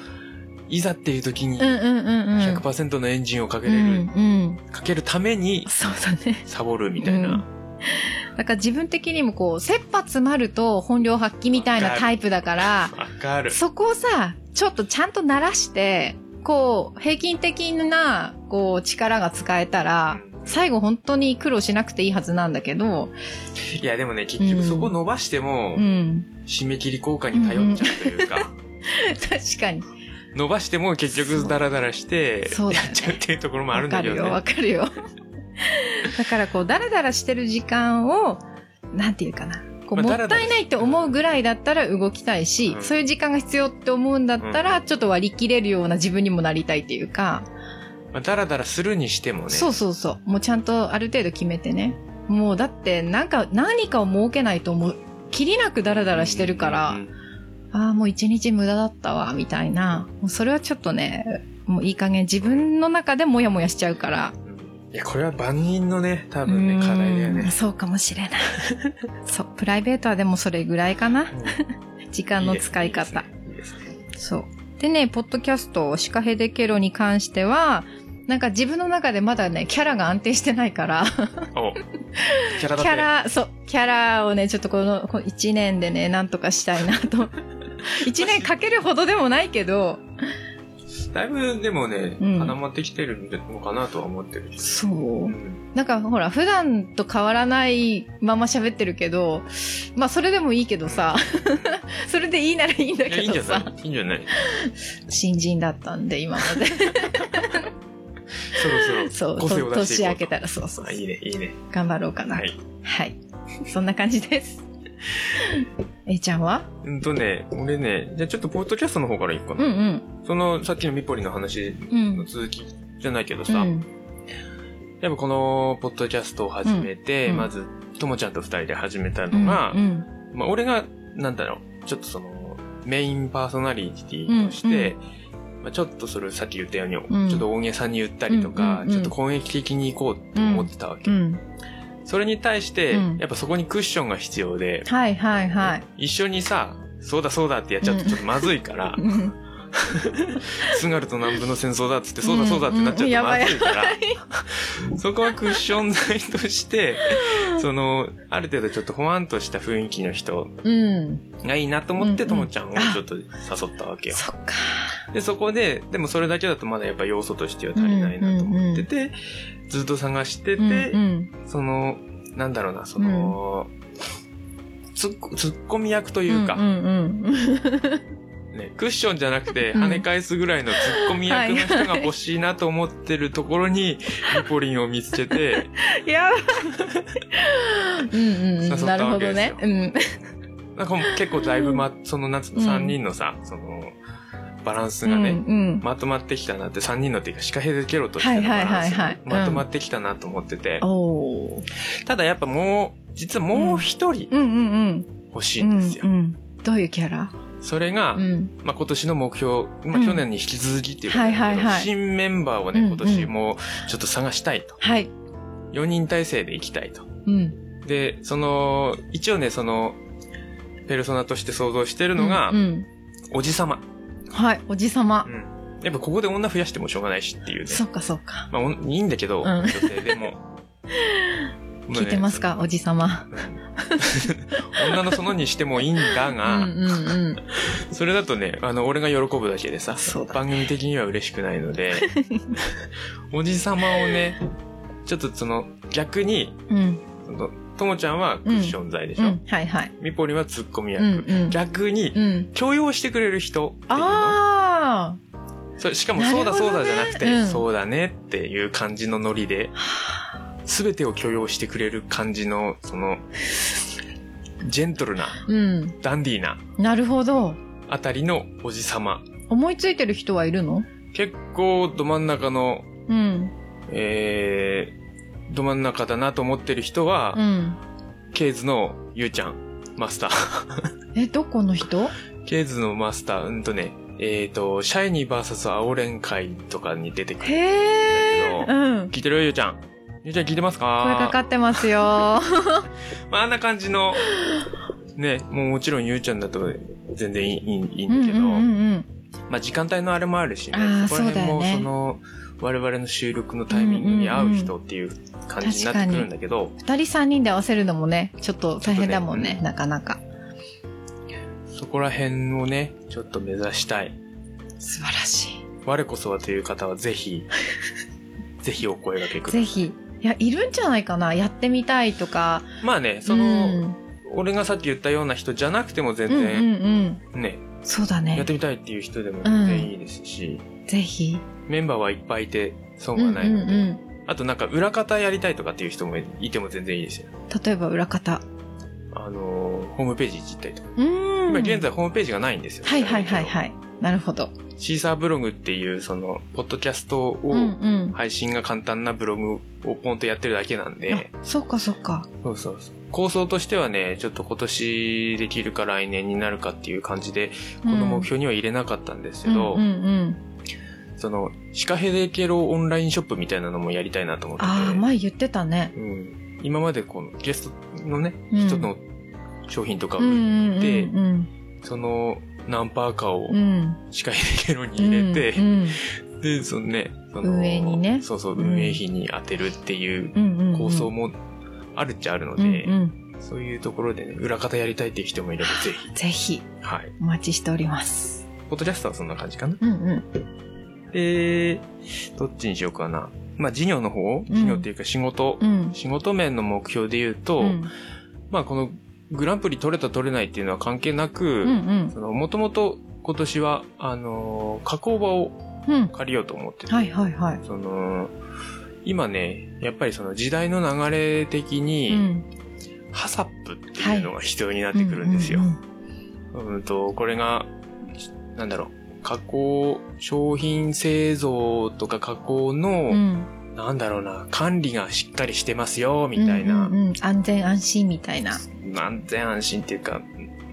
[SPEAKER 1] いざっていう時に
[SPEAKER 2] うんうんうんうん。
[SPEAKER 1] 100%のエンジンをかけ
[SPEAKER 2] う
[SPEAKER 1] れる、
[SPEAKER 2] んうん。
[SPEAKER 1] かけるために
[SPEAKER 2] そうだね。
[SPEAKER 1] サボるみたいな。
[SPEAKER 2] うんだから自分的にもこう、切羽詰まると本領発揮みたいなタイプだから、
[SPEAKER 1] わかる。
[SPEAKER 2] そこをさ、ちょっとちゃんと慣らして、こう、平均的な、こう、力が使えたら、最後本当に苦労しなくていいはずなんだけど、
[SPEAKER 1] いやでもね、結局そこ伸ばしても
[SPEAKER 2] う、ん。
[SPEAKER 1] 締め切り効果に頼っちゃうというか、
[SPEAKER 2] 確かに。
[SPEAKER 1] 伸ばしても結局ダラダラして、
[SPEAKER 2] そうだ
[SPEAKER 1] や
[SPEAKER 2] よね
[SPEAKER 1] っちゃうっていうところもある
[SPEAKER 2] わ
[SPEAKER 1] ん
[SPEAKER 2] か
[SPEAKER 1] だけ
[SPEAKER 2] る
[SPEAKER 1] ど
[SPEAKER 2] よ、わ
[SPEAKER 1] ね。
[SPEAKER 2] かるよ。 だからこう、だらだらしてる時間を、なんていうかな。こう
[SPEAKER 1] まあ
[SPEAKER 2] も
[SPEAKER 1] だ
[SPEAKER 2] っ
[SPEAKER 1] ら
[SPEAKER 2] た
[SPEAKER 1] だら
[SPEAKER 2] いないって思うぐらいだったら動きたいし、
[SPEAKER 1] うん
[SPEAKER 2] そういう時間が必要って思うんだったら、ちょっと割り切れるような自分にもなりたいっていうか、
[SPEAKER 1] まあダラダラするにしてもね。
[SPEAKER 2] そうそうそう。もうちゃんとある程度決めてね。もうだって、なんか、何かを設けないともう、きりなくダラダラしてるから、
[SPEAKER 1] うん
[SPEAKER 2] ああ、もう一日無駄だったわ、みたいな。もうそれはちょっとね、もういい加減自分の中でモヤモヤしちゃうから。
[SPEAKER 1] いや、これは万人のね、多分ね、課題だよ
[SPEAKER 2] うん
[SPEAKER 1] ね。
[SPEAKER 2] そうかもしれない。 そう、プライベートはでもそれぐらいかな。時間の使い方。
[SPEAKER 1] いいですね。いいですね
[SPEAKER 2] そう。でね、ポッドキャスト、シカヘデケロに関しては、なんか自分の中でまだね、キャラが安定してないから、
[SPEAKER 1] おキャラだ
[SPEAKER 2] キャ
[SPEAKER 1] け
[SPEAKER 2] ラ、そう、キャラをね、ちょっとこの、この1年でね、なんとかしたいな と。1年かけるほどでもないけど、
[SPEAKER 1] だいぶでもね、
[SPEAKER 2] うん
[SPEAKER 1] 固まってきてるのかなとは思ってるけど。
[SPEAKER 2] そうう。
[SPEAKER 1] ん
[SPEAKER 2] なんかほら、普段と変わらないまま喋ってるけど、まあそれでもいいけどさ、 それでいいならいいんだ
[SPEAKER 1] いや、い
[SPEAKER 2] け
[SPEAKER 1] いんじ
[SPEAKER 2] ど
[SPEAKER 1] ゃな
[SPEAKER 2] さ、
[SPEAKER 1] いいいんじゃない
[SPEAKER 2] 新人だったんで、今まで。
[SPEAKER 1] そろそろ。
[SPEAKER 2] そう、
[SPEAKER 1] 個性を
[SPEAKER 2] と
[SPEAKER 1] 出してい
[SPEAKER 2] 年
[SPEAKER 1] こう
[SPEAKER 2] 明
[SPEAKER 1] と
[SPEAKER 2] けたらそうそう
[SPEAKER 1] あ。いいね、いいね。
[SPEAKER 2] 頑張ろうかな。
[SPEAKER 1] は
[SPEAKER 2] はい。
[SPEAKER 1] い。
[SPEAKER 2] そんな感じです。えいちゃんは
[SPEAKER 1] うんとね、俺ね、じゃあちょっとポッドキャストの方からいくか
[SPEAKER 2] う
[SPEAKER 1] な。
[SPEAKER 2] ん
[SPEAKER 1] その、さっきのミポリの話
[SPEAKER 2] うん。う
[SPEAKER 1] の
[SPEAKER 2] ん。
[SPEAKER 1] 続きじゃないけど
[SPEAKER 2] う
[SPEAKER 1] さ、
[SPEAKER 2] ん。
[SPEAKER 1] やっぱこのポッドキャストを始めて、
[SPEAKER 2] うんうん
[SPEAKER 1] まず、ともちゃんと二人で始めた
[SPEAKER 2] う
[SPEAKER 1] の
[SPEAKER 2] ん。
[SPEAKER 1] が、
[SPEAKER 2] うん。
[SPEAKER 1] まあ、俺が、なんだろう、ちょっとその、メインパーソナリティとして、まあ、ちょっとそれさっき言ったように、
[SPEAKER 2] ん
[SPEAKER 1] ちょっと大げさに言ったりとか、
[SPEAKER 2] うんうんうん
[SPEAKER 1] ちょっと攻撃的に行こうと思ってたわけ。
[SPEAKER 2] うん。
[SPEAKER 1] それに対して、
[SPEAKER 2] うん
[SPEAKER 1] やっぱそこにクッションが必要で、
[SPEAKER 2] はいはいはい。
[SPEAKER 1] 一緒にさ、そうだそうだってやっちゃうとちょっとまずいから、
[SPEAKER 2] うん
[SPEAKER 1] 津軽と南部の戦争だっつって、そうだそうだってなっちゃうとまずいから、そこはクッション材として、その、ある程度ちょっとほわんとした雰囲気の人
[SPEAKER 2] うん。
[SPEAKER 1] がいいなと思っ
[SPEAKER 2] う
[SPEAKER 1] て、
[SPEAKER 2] んう
[SPEAKER 1] と
[SPEAKER 2] ん
[SPEAKER 1] もちゃんをちょっと誘ったわけよ。
[SPEAKER 2] そっか。
[SPEAKER 1] で、そこで、でもそれだけだとまだやっぱ要素としては足りないなと思ってて、ずっと探して
[SPEAKER 2] うん
[SPEAKER 1] て
[SPEAKER 2] う、ん
[SPEAKER 1] その、なんだろうな、その、ツッコツッコミ役という
[SPEAKER 2] う
[SPEAKER 1] か、
[SPEAKER 2] んうんうん、
[SPEAKER 1] ね、クッションじゃなくて
[SPEAKER 2] うん
[SPEAKER 1] 跳ね返すぐらいのツッコミ役の人が欲しいなと思ってるところに、ミポリンを見つけ て、
[SPEAKER 2] やばい。うん
[SPEAKER 1] 誘
[SPEAKER 2] う
[SPEAKER 1] っ
[SPEAKER 2] ん、
[SPEAKER 1] た
[SPEAKER 2] なるほどね
[SPEAKER 1] わ。け
[SPEAKER 2] うん。
[SPEAKER 1] なんかもう結構だいぶま、その、なんつうの、
[SPEAKER 2] うん
[SPEAKER 1] 3人のさ、その、バランスがね、
[SPEAKER 2] うん
[SPEAKER 1] まとまってきたなって、3人のっていうか、シカヘデケロとして
[SPEAKER 2] は
[SPEAKER 1] の
[SPEAKER 2] い
[SPEAKER 1] バ
[SPEAKER 2] はい
[SPEAKER 1] ラ
[SPEAKER 2] は
[SPEAKER 1] ン
[SPEAKER 2] い
[SPEAKER 1] ス
[SPEAKER 2] はい
[SPEAKER 1] まとまってきたなと思ってて
[SPEAKER 2] うん。、おー
[SPEAKER 1] ただやっぱもう、実はもう一人
[SPEAKER 2] うんうんうん。
[SPEAKER 1] 欲しい
[SPEAKER 2] うんん
[SPEAKER 1] ですよ
[SPEAKER 2] う。ん。どういうキャラ
[SPEAKER 1] それが
[SPEAKER 2] う、ん。
[SPEAKER 1] まあ、今年の目標、ま
[SPEAKER 2] う
[SPEAKER 1] あ、
[SPEAKER 2] ん
[SPEAKER 1] 去年に引き続きっていうことなんだけど
[SPEAKER 2] はいはいはい
[SPEAKER 1] 新メンバーを
[SPEAKER 2] う
[SPEAKER 1] ね、
[SPEAKER 2] んうん
[SPEAKER 1] 今年もちょっと探したいと。
[SPEAKER 2] はい。
[SPEAKER 1] 4人体制で行きたいと。
[SPEAKER 2] うん。
[SPEAKER 1] で、その、一応ね、その、ペルソナとして想像してるのが
[SPEAKER 2] う、ん
[SPEAKER 1] おじさま。
[SPEAKER 2] うん。はい、おじさま
[SPEAKER 1] う。んやっぱここで女増やしてもしょうがないしっていうね。
[SPEAKER 2] そっかそっか。
[SPEAKER 1] まあ、おいいんだけど、
[SPEAKER 2] ん
[SPEAKER 1] 女性でも。もうね
[SPEAKER 2] 聞いてますか、おじさま。
[SPEAKER 1] 女のそのにしてもいいんだ
[SPEAKER 2] う
[SPEAKER 1] が、
[SPEAKER 2] んうんうん。
[SPEAKER 1] それだとね、あの、俺が喜ぶだけでさ、
[SPEAKER 2] そうだね
[SPEAKER 1] 番組的には嬉しくないので、おじさまをね、ちょっとその逆に
[SPEAKER 2] うん。
[SPEAKER 1] そのともちゃんはクッション剤でし
[SPEAKER 2] う
[SPEAKER 1] ょ、
[SPEAKER 2] ん。はいはい。
[SPEAKER 1] みぽりんはツッコミ
[SPEAKER 2] う
[SPEAKER 1] 役、
[SPEAKER 2] んうん。
[SPEAKER 1] 逆に
[SPEAKER 2] うん。
[SPEAKER 1] 強要してくれる人っていうの
[SPEAKER 2] あ
[SPEAKER 1] それしかもそうだ
[SPEAKER 2] なる
[SPEAKER 1] そ
[SPEAKER 2] ほ
[SPEAKER 1] う
[SPEAKER 2] ど
[SPEAKER 1] だ
[SPEAKER 2] ね
[SPEAKER 1] じゃなくて、
[SPEAKER 2] うん
[SPEAKER 1] そうだねっていう感じのノリで
[SPEAKER 2] あ。はあ
[SPEAKER 1] 全てを許容してくれる感じのそのジェントルな
[SPEAKER 2] うん。
[SPEAKER 1] ダンディーな
[SPEAKER 2] なるほど。
[SPEAKER 1] あたりのおじさま
[SPEAKER 2] 思いついてる人はいるの
[SPEAKER 1] 結構ど真ん中の
[SPEAKER 2] うん。
[SPEAKER 1] えー、ど真ん中だなと思ってる人は、
[SPEAKER 2] うん。
[SPEAKER 1] ケイズのゆうちゃんマスター
[SPEAKER 2] え、どこの人
[SPEAKER 1] ケイズのマスターうんとねえー、とシャイニー VS 青蓮会とかに出てくる
[SPEAKER 2] へえ。
[SPEAKER 1] だけど
[SPEAKER 2] うん。
[SPEAKER 1] 聞いてるゆうちゃんゆうちゃん聞いてますか
[SPEAKER 2] 声かかってま すよ。
[SPEAKER 1] まあ、あんな感じの、ね、もうもちろんゆうちゃんだと全然いいいいいい
[SPEAKER 2] うん
[SPEAKER 1] んだけど、
[SPEAKER 2] うんうん
[SPEAKER 1] まあ時間帯のあれもあるしね
[SPEAKER 2] あー、
[SPEAKER 1] そこら辺
[SPEAKER 2] そう
[SPEAKER 1] も
[SPEAKER 2] だよね
[SPEAKER 1] その、我々の収録のタイミングに合う人っていう感じになってくるんだけど、
[SPEAKER 2] 二人三人で合わせるのもね、ちょっと大変だもん
[SPEAKER 1] ちょっ
[SPEAKER 2] ね、
[SPEAKER 1] とね
[SPEAKER 2] なかなか。
[SPEAKER 1] そこら辺をね、ちょっと目指したい。
[SPEAKER 2] 素晴らし
[SPEAKER 1] 我こそはという方はぜ ひ、ぜひお声がけく
[SPEAKER 2] い。
[SPEAKER 1] ださ
[SPEAKER 2] ぜ
[SPEAKER 1] い。
[SPEAKER 2] ひ。いや、いるんじゃないかなやってみたいとか。
[SPEAKER 1] まあね、そうの、
[SPEAKER 2] ん
[SPEAKER 1] 俺がさっき言ったような人じゃなくても全
[SPEAKER 2] うん
[SPEAKER 1] 然、
[SPEAKER 2] うん
[SPEAKER 1] ね、
[SPEAKER 2] うん。そうだ
[SPEAKER 1] やっ
[SPEAKER 2] ね
[SPEAKER 1] て。みたいっていう人でも全然いいですし、
[SPEAKER 2] ぜひ。
[SPEAKER 1] メンバーはいっぱいいて損
[SPEAKER 2] うん
[SPEAKER 1] は
[SPEAKER 2] うんう
[SPEAKER 1] ないので、
[SPEAKER 2] ん。
[SPEAKER 1] あとなんか裏方やりたいとかっていう人もいても全然いいですよ。
[SPEAKER 2] 例えば裏方。
[SPEAKER 1] あのー、ホームページいじったりとか。
[SPEAKER 2] うーん。
[SPEAKER 1] 今現在ホームページがないんですよ。
[SPEAKER 2] はいはいはいはい。なるほど。
[SPEAKER 1] シーサーブログっていうその、ポッドキャスト
[SPEAKER 2] うん
[SPEAKER 1] を
[SPEAKER 2] うん。
[SPEAKER 1] 配信が簡単なブログをポンとやってるだけなんで、
[SPEAKER 2] あそうかそうか。
[SPEAKER 1] そうそうそう。構想としてはね、ちょっと今年できるか来年になるかっていう感じで、この目標には入れなかったんですけど、
[SPEAKER 2] うんうんうん。
[SPEAKER 1] その、シカヘデケロオンラインショップみたいなのもやりたいなと思ってて、
[SPEAKER 2] ああ、前言ってたね。
[SPEAKER 1] うん、今までこのゲストのね、
[SPEAKER 2] うん
[SPEAKER 1] 人の商品とかを
[SPEAKER 2] うんうんうん
[SPEAKER 1] 売って、
[SPEAKER 2] うん
[SPEAKER 1] その何パーかを
[SPEAKER 2] うん。
[SPEAKER 1] シカヘデケロに入れて、
[SPEAKER 2] うん
[SPEAKER 1] で、そのね、その
[SPEAKER 2] 運営にね
[SPEAKER 1] そうそう、
[SPEAKER 2] うん
[SPEAKER 1] 運営費に当てるっていう
[SPEAKER 2] うんうんうん。
[SPEAKER 1] 構想もあるっちゃあるの
[SPEAKER 2] う
[SPEAKER 1] で、
[SPEAKER 2] んうん。
[SPEAKER 1] そういうところでね、裏方やりたいっていう人もい れば、ぜひ。
[SPEAKER 2] ぜひ、
[SPEAKER 1] はい。
[SPEAKER 2] お待ちしております。
[SPEAKER 1] ポッドキャストはそんな感じかな。
[SPEAKER 2] うんうん。
[SPEAKER 1] で、どっちにしようかな。まあ、事業の方事業っていうか仕事、
[SPEAKER 2] うん。
[SPEAKER 1] 仕事面の目標で言うと、
[SPEAKER 2] うん
[SPEAKER 1] まあ、このグランプリ取れた取れないっていうのは関係な
[SPEAKER 2] う
[SPEAKER 1] く、
[SPEAKER 2] ん
[SPEAKER 1] その、もともと今年は、あのー加工場を
[SPEAKER 2] うん。うん。
[SPEAKER 1] 借りようと思ってて、
[SPEAKER 2] はいはいはい。
[SPEAKER 1] その、今ね、やっぱりその時代の流れ的に、
[SPEAKER 2] うん
[SPEAKER 1] ハサップっていうのが必要になってくるんですよ。
[SPEAKER 2] う
[SPEAKER 1] うんんと、これが、しなんだろう、加工、商品製造とか加工
[SPEAKER 2] う
[SPEAKER 1] の、
[SPEAKER 2] んうん
[SPEAKER 1] なんだろうな、管理がしっかりしてますよ、みたいな、
[SPEAKER 2] うんうんうん安全安心みたいな。
[SPEAKER 1] 安全安心っていうか、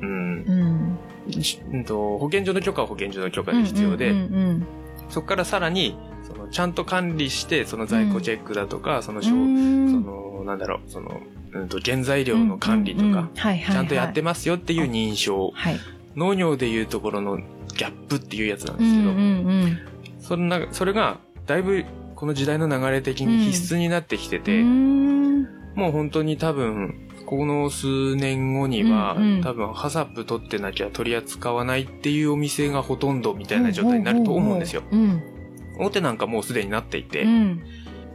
[SPEAKER 1] うん、
[SPEAKER 2] うん。
[SPEAKER 1] しうんと、保健所の許可は保健所の許可で必要で、
[SPEAKER 2] うんうん
[SPEAKER 1] そこからさらに、そのちゃんと管理して、その在庫チェックだとか、その
[SPEAKER 2] う
[SPEAKER 1] 商
[SPEAKER 2] ん。
[SPEAKER 1] そ
[SPEAKER 2] うん
[SPEAKER 1] の、なんだろう、その、うんと、原材料の管理とか、
[SPEAKER 2] うんうんうんはいはいはい。
[SPEAKER 1] ちゃんとやってますよっていう認証。
[SPEAKER 2] はい。
[SPEAKER 1] 農業でいうところのギャップっていうやつなん
[SPEAKER 2] う
[SPEAKER 1] で
[SPEAKER 2] ん
[SPEAKER 1] すけど、
[SPEAKER 2] うんうん。
[SPEAKER 1] そんな、それが、だいぶ、この時代の流れ的に必須になってきてて、
[SPEAKER 2] うん
[SPEAKER 1] もう本当に多分、この数年後には、
[SPEAKER 2] うんうん
[SPEAKER 1] 多分、ハサップ取ってなきゃ取り扱わないっていうお店がほとんどみたいな状態になると思うんですよ。
[SPEAKER 2] うん。
[SPEAKER 1] 大手なんかもうすでになっていて、
[SPEAKER 2] うん。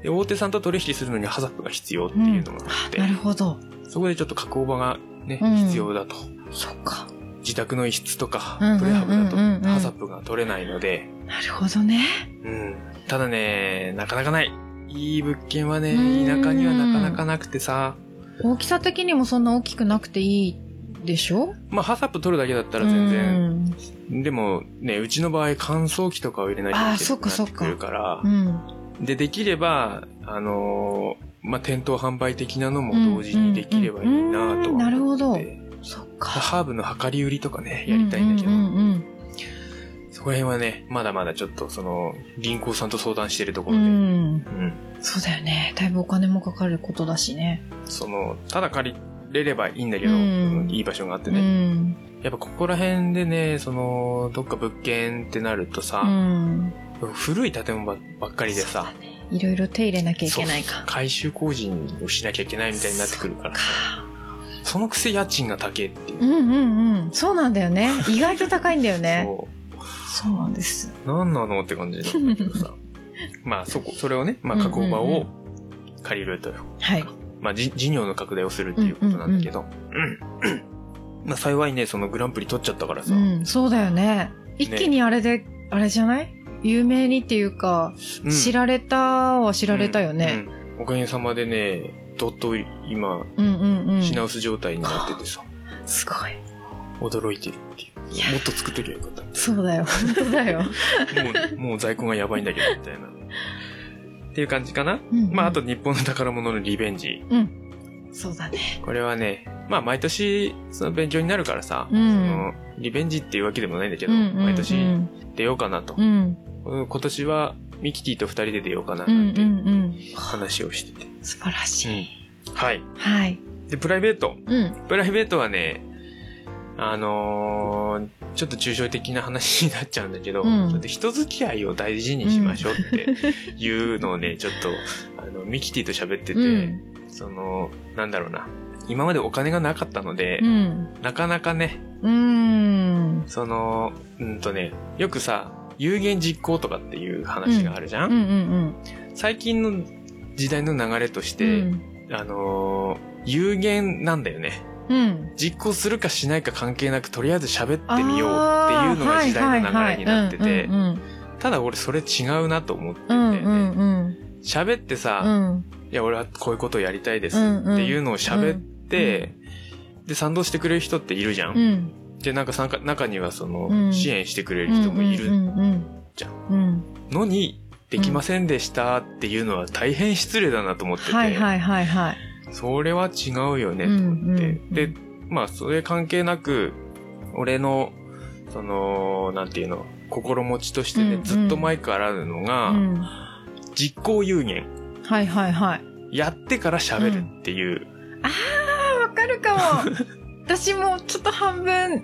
[SPEAKER 1] で大手さんと取引するのにハサップが必要っていうのがあって、
[SPEAKER 2] なるほど。
[SPEAKER 1] そこでちょっと加工場がね、
[SPEAKER 2] うん
[SPEAKER 1] 必要だと。
[SPEAKER 2] そっか。
[SPEAKER 1] 自宅の一室とか
[SPEAKER 2] うんうんうんうん、
[SPEAKER 1] プレハブだと、
[SPEAKER 2] うん
[SPEAKER 1] ハサップが取れないので、
[SPEAKER 2] なるほどね。
[SPEAKER 1] うん。ただね、なかなかない。いい物件はね、
[SPEAKER 2] うん
[SPEAKER 1] 田舎にはなかなかなくてさ、
[SPEAKER 2] 大きさ的にもそんな大きくなくていいでしょ
[SPEAKER 1] まあ、ハサップ取るだけだったら全然、でもね、うちの場合乾燥機とかを入れないといけ
[SPEAKER 2] あー
[SPEAKER 1] な
[SPEAKER 2] そっかそっ
[SPEAKER 1] く
[SPEAKER 2] か
[SPEAKER 1] なってくるから
[SPEAKER 2] う、ん。
[SPEAKER 1] で、できれば、あのーまあ、店頭販売的なのも同時にできればいいなとは思ってて、
[SPEAKER 2] うんうんうんうんなるほどそっか。
[SPEAKER 1] ハーブの量り売りとかね、やりたいんだけど、
[SPEAKER 2] うんうんうん
[SPEAKER 1] そこら辺はね、まだまだちょっとその、銀行さんと相談してるとこ
[SPEAKER 2] う
[SPEAKER 1] ろで、
[SPEAKER 2] ん。うん。
[SPEAKER 1] うん
[SPEAKER 2] そうだよね。だいぶお金もかかることだしね。
[SPEAKER 1] その、ただ借りれればいいんだけど、
[SPEAKER 2] うん
[SPEAKER 1] うんいい場所があって
[SPEAKER 2] う
[SPEAKER 1] ね。
[SPEAKER 2] ん。
[SPEAKER 1] やっぱここら辺でね、その、どっか物件ってなると
[SPEAKER 2] う
[SPEAKER 1] さ、
[SPEAKER 2] ん。
[SPEAKER 1] 古い建物ばばっかりでさ、
[SPEAKER 2] いろいろ手入れなきゃいけない
[SPEAKER 1] そう
[SPEAKER 2] か。
[SPEAKER 1] 改修工事をしなきゃいけないみたいになってくるからさ、そのくせ家賃が高えっていう
[SPEAKER 2] う。んうんうん。そうなんだよね。意外と高いんだよね。
[SPEAKER 1] そ
[SPEAKER 2] そうなんです。
[SPEAKER 1] う。なんなのって感じなんだけどさ。まあそこ、それをね、まあ
[SPEAKER 2] うん
[SPEAKER 1] 加工場
[SPEAKER 2] うんうん
[SPEAKER 1] を借りるという。
[SPEAKER 2] はい。
[SPEAKER 1] まあ、じ事業の拡大をするっていうことなんだけど。うんまあ、幸いね、そのグランプリ取っちゃったから
[SPEAKER 2] う
[SPEAKER 1] さ。
[SPEAKER 2] ん、そうだよね。一気にあれで、あれじゃない有名にっていうか、
[SPEAKER 1] うん
[SPEAKER 2] 知られたは知られたよね。
[SPEAKER 1] うん。うんおかげさまでね、どっと今、
[SPEAKER 2] うんうんうん。
[SPEAKER 1] 品薄状態になっててさ、
[SPEAKER 2] すごい。
[SPEAKER 1] 驚いてるっていう。
[SPEAKER 2] いや
[SPEAKER 1] もっと作っときゃよかった。
[SPEAKER 2] そうだよ。本当だよ。
[SPEAKER 1] もう、 もう在庫がやばいんだけど、みたいな。っていう感じかな。
[SPEAKER 2] うんうん
[SPEAKER 1] まあ、あと、日本の宝物のリベンジ。
[SPEAKER 2] そうだね。
[SPEAKER 1] これはね、まあ、毎年、その勉強になるからさ、
[SPEAKER 2] うん
[SPEAKER 1] その、リベンジっていうわけでもないんだけ
[SPEAKER 2] う
[SPEAKER 1] ど、
[SPEAKER 2] んうんうん
[SPEAKER 1] 毎年出ようかなと
[SPEAKER 2] う。ん。
[SPEAKER 1] うん今年は、ミキティと二人で出ようかな、
[SPEAKER 2] うんう
[SPEAKER 1] なんて
[SPEAKER 2] んうん。
[SPEAKER 1] 話をしてて。
[SPEAKER 2] 素晴らしい。
[SPEAKER 1] はい。
[SPEAKER 2] はい。
[SPEAKER 1] で、プライベート。
[SPEAKER 2] うん。
[SPEAKER 1] プライベートはね、あのーちょっと抽象的な話になっちゃうんだけど、
[SPEAKER 2] うん
[SPEAKER 1] ちょっと人付き合いを大事にしましょうっていうのをね、ちょっと、あの、ミキティと喋ってて、
[SPEAKER 2] うん。
[SPEAKER 1] その、なんだろうな。今までお金がなかったので、
[SPEAKER 2] うん。
[SPEAKER 1] なかなかね、
[SPEAKER 2] うん。
[SPEAKER 1] その、うんとね、よくさ、有言実行とかっていう話があるじゃ、
[SPEAKER 2] うんんうん
[SPEAKER 1] 最近の時代の流れとし
[SPEAKER 2] う
[SPEAKER 1] て、
[SPEAKER 2] ん。
[SPEAKER 1] あのー有言なんだよね。
[SPEAKER 2] うん。
[SPEAKER 1] 実行するかしないか関係なくとりあえず喋ってみようっていうのが時代の流れになってて
[SPEAKER 2] うんうん
[SPEAKER 1] ただ俺それ違うなと思ってて
[SPEAKER 2] うんうんうん
[SPEAKER 1] 喋って
[SPEAKER 2] う
[SPEAKER 1] さ
[SPEAKER 2] ん
[SPEAKER 1] 「いや俺はこういうことをやりたいです」
[SPEAKER 2] う
[SPEAKER 1] っ
[SPEAKER 2] んうん
[SPEAKER 1] ていうのを喋ってで賛同してくれる人っているじゃ。
[SPEAKER 2] うんん
[SPEAKER 1] でなんか参加中にはそ
[SPEAKER 2] うん
[SPEAKER 1] の支援してくれる人もいるじゃん
[SPEAKER 2] ん。うん。
[SPEAKER 1] のにできませんでしたっていうのは大変失礼だなと思ってて
[SPEAKER 2] はいはいはいはい。
[SPEAKER 1] それは違うよねと思って、
[SPEAKER 2] うんうんうん
[SPEAKER 1] でまあそれ関係なく俺のそのなんていうの心持ちとしてね、
[SPEAKER 2] うんうん
[SPEAKER 1] ずっと前からあるのが、
[SPEAKER 2] うん
[SPEAKER 1] 実行有言
[SPEAKER 2] はいはいはい。
[SPEAKER 1] やってから喋るっていう、
[SPEAKER 2] わかる かも。私もちょっと半分、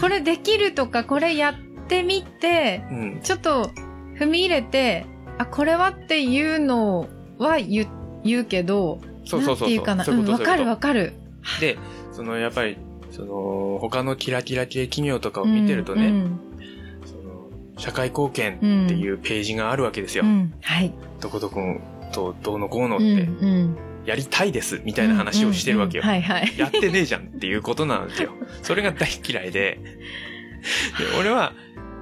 [SPEAKER 2] これできるとか、これやってみて、
[SPEAKER 1] うん
[SPEAKER 2] ちょっと踏み入れて、あ、これはっていうのは言う言うけど、
[SPEAKER 1] そうそうそうそう
[SPEAKER 2] なんていうかな。
[SPEAKER 1] そういう
[SPEAKER 2] う
[SPEAKER 1] こ
[SPEAKER 2] ん、
[SPEAKER 1] と
[SPEAKER 2] わか
[SPEAKER 1] そういう
[SPEAKER 2] る
[SPEAKER 1] こ
[SPEAKER 2] わかる。
[SPEAKER 1] とでそのやっぱりその他のキラキラ系企業とかを見てるとね、
[SPEAKER 2] うん
[SPEAKER 1] その社会貢献っていうページがあるわけですよ、
[SPEAKER 2] うんうんはい。
[SPEAKER 1] どこどことどうのこうのっ
[SPEAKER 2] うん
[SPEAKER 1] て、
[SPEAKER 2] うん
[SPEAKER 1] やりたいですみたいな話をしてるわけよ、
[SPEAKER 2] うんうんうんはいはい。
[SPEAKER 1] やってねえじゃんっていうことなんですよ。それが大嫌いで。で俺は、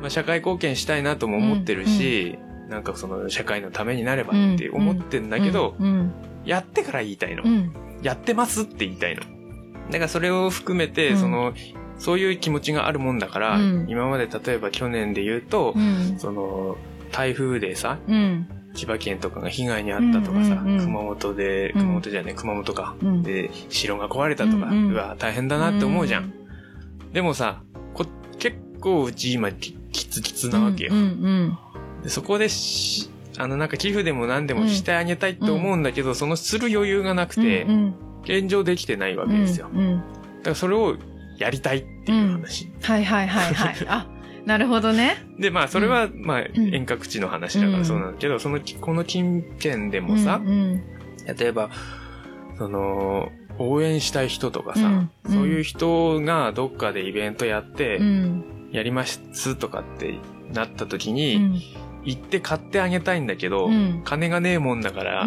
[SPEAKER 1] まあ、社会貢献したいなとも思ってるし、なんかその社会のためになればって思ってんだけど、
[SPEAKER 2] うん
[SPEAKER 1] やってから言いたいの、
[SPEAKER 2] うん
[SPEAKER 1] やってますって言いたいの。だからそれを含めて、
[SPEAKER 2] うん
[SPEAKER 1] その、そういう気持ちがあるもんだから、
[SPEAKER 2] うん
[SPEAKER 1] 今まで例えば去年で言うと
[SPEAKER 2] う、ん
[SPEAKER 1] その、台風でさ、
[SPEAKER 2] うん
[SPEAKER 1] 千葉県とかが被害に遭ったとかさ、
[SPEAKER 2] うんうんうん
[SPEAKER 1] 熊本で、
[SPEAKER 2] うん
[SPEAKER 1] 熊本じゃない、熊本か。
[SPEAKER 2] うん
[SPEAKER 1] で、城が壊れたとか、
[SPEAKER 2] う
[SPEAKER 1] うん
[SPEAKER 2] うん
[SPEAKER 1] わ、大変だなって思うじゃん。でもさ、こ結構うち今ききつきつなわけよ。
[SPEAKER 2] うんうん
[SPEAKER 1] でそこでし、あのなんか寄付でも何でもしてあげたいって思うんだけど、そのする余裕がなく
[SPEAKER 2] うん
[SPEAKER 1] て、
[SPEAKER 2] うん
[SPEAKER 1] 現状できてないわけですよ。
[SPEAKER 2] うんう
[SPEAKER 1] だ
[SPEAKER 2] ん
[SPEAKER 1] からそれをやりたいっていう話。
[SPEAKER 2] はいはいは いはい。あ、なるほどね。
[SPEAKER 1] で、まあそれは、まあ遠隔地の話だか
[SPEAKER 2] うん
[SPEAKER 1] らそうなんだけど、そのき、この近辺でもさ、
[SPEAKER 2] うんうん
[SPEAKER 1] 例えば、その、応援したい人とかさ、
[SPEAKER 2] うんうん
[SPEAKER 1] そういう人がどっかでイベントやって、
[SPEAKER 2] うん
[SPEAKER 1] やりますとかってなった時
[SPEAKER 2] う
[SPEAKER 1] に、
[SPEAKER 2] ん
[SPEAKER 1] 行って買ってあげたいんだけど、
[SPEAKER 2] うん
[SPEAKER 1] 金がねえもんだから
[SPEAKER 2] う、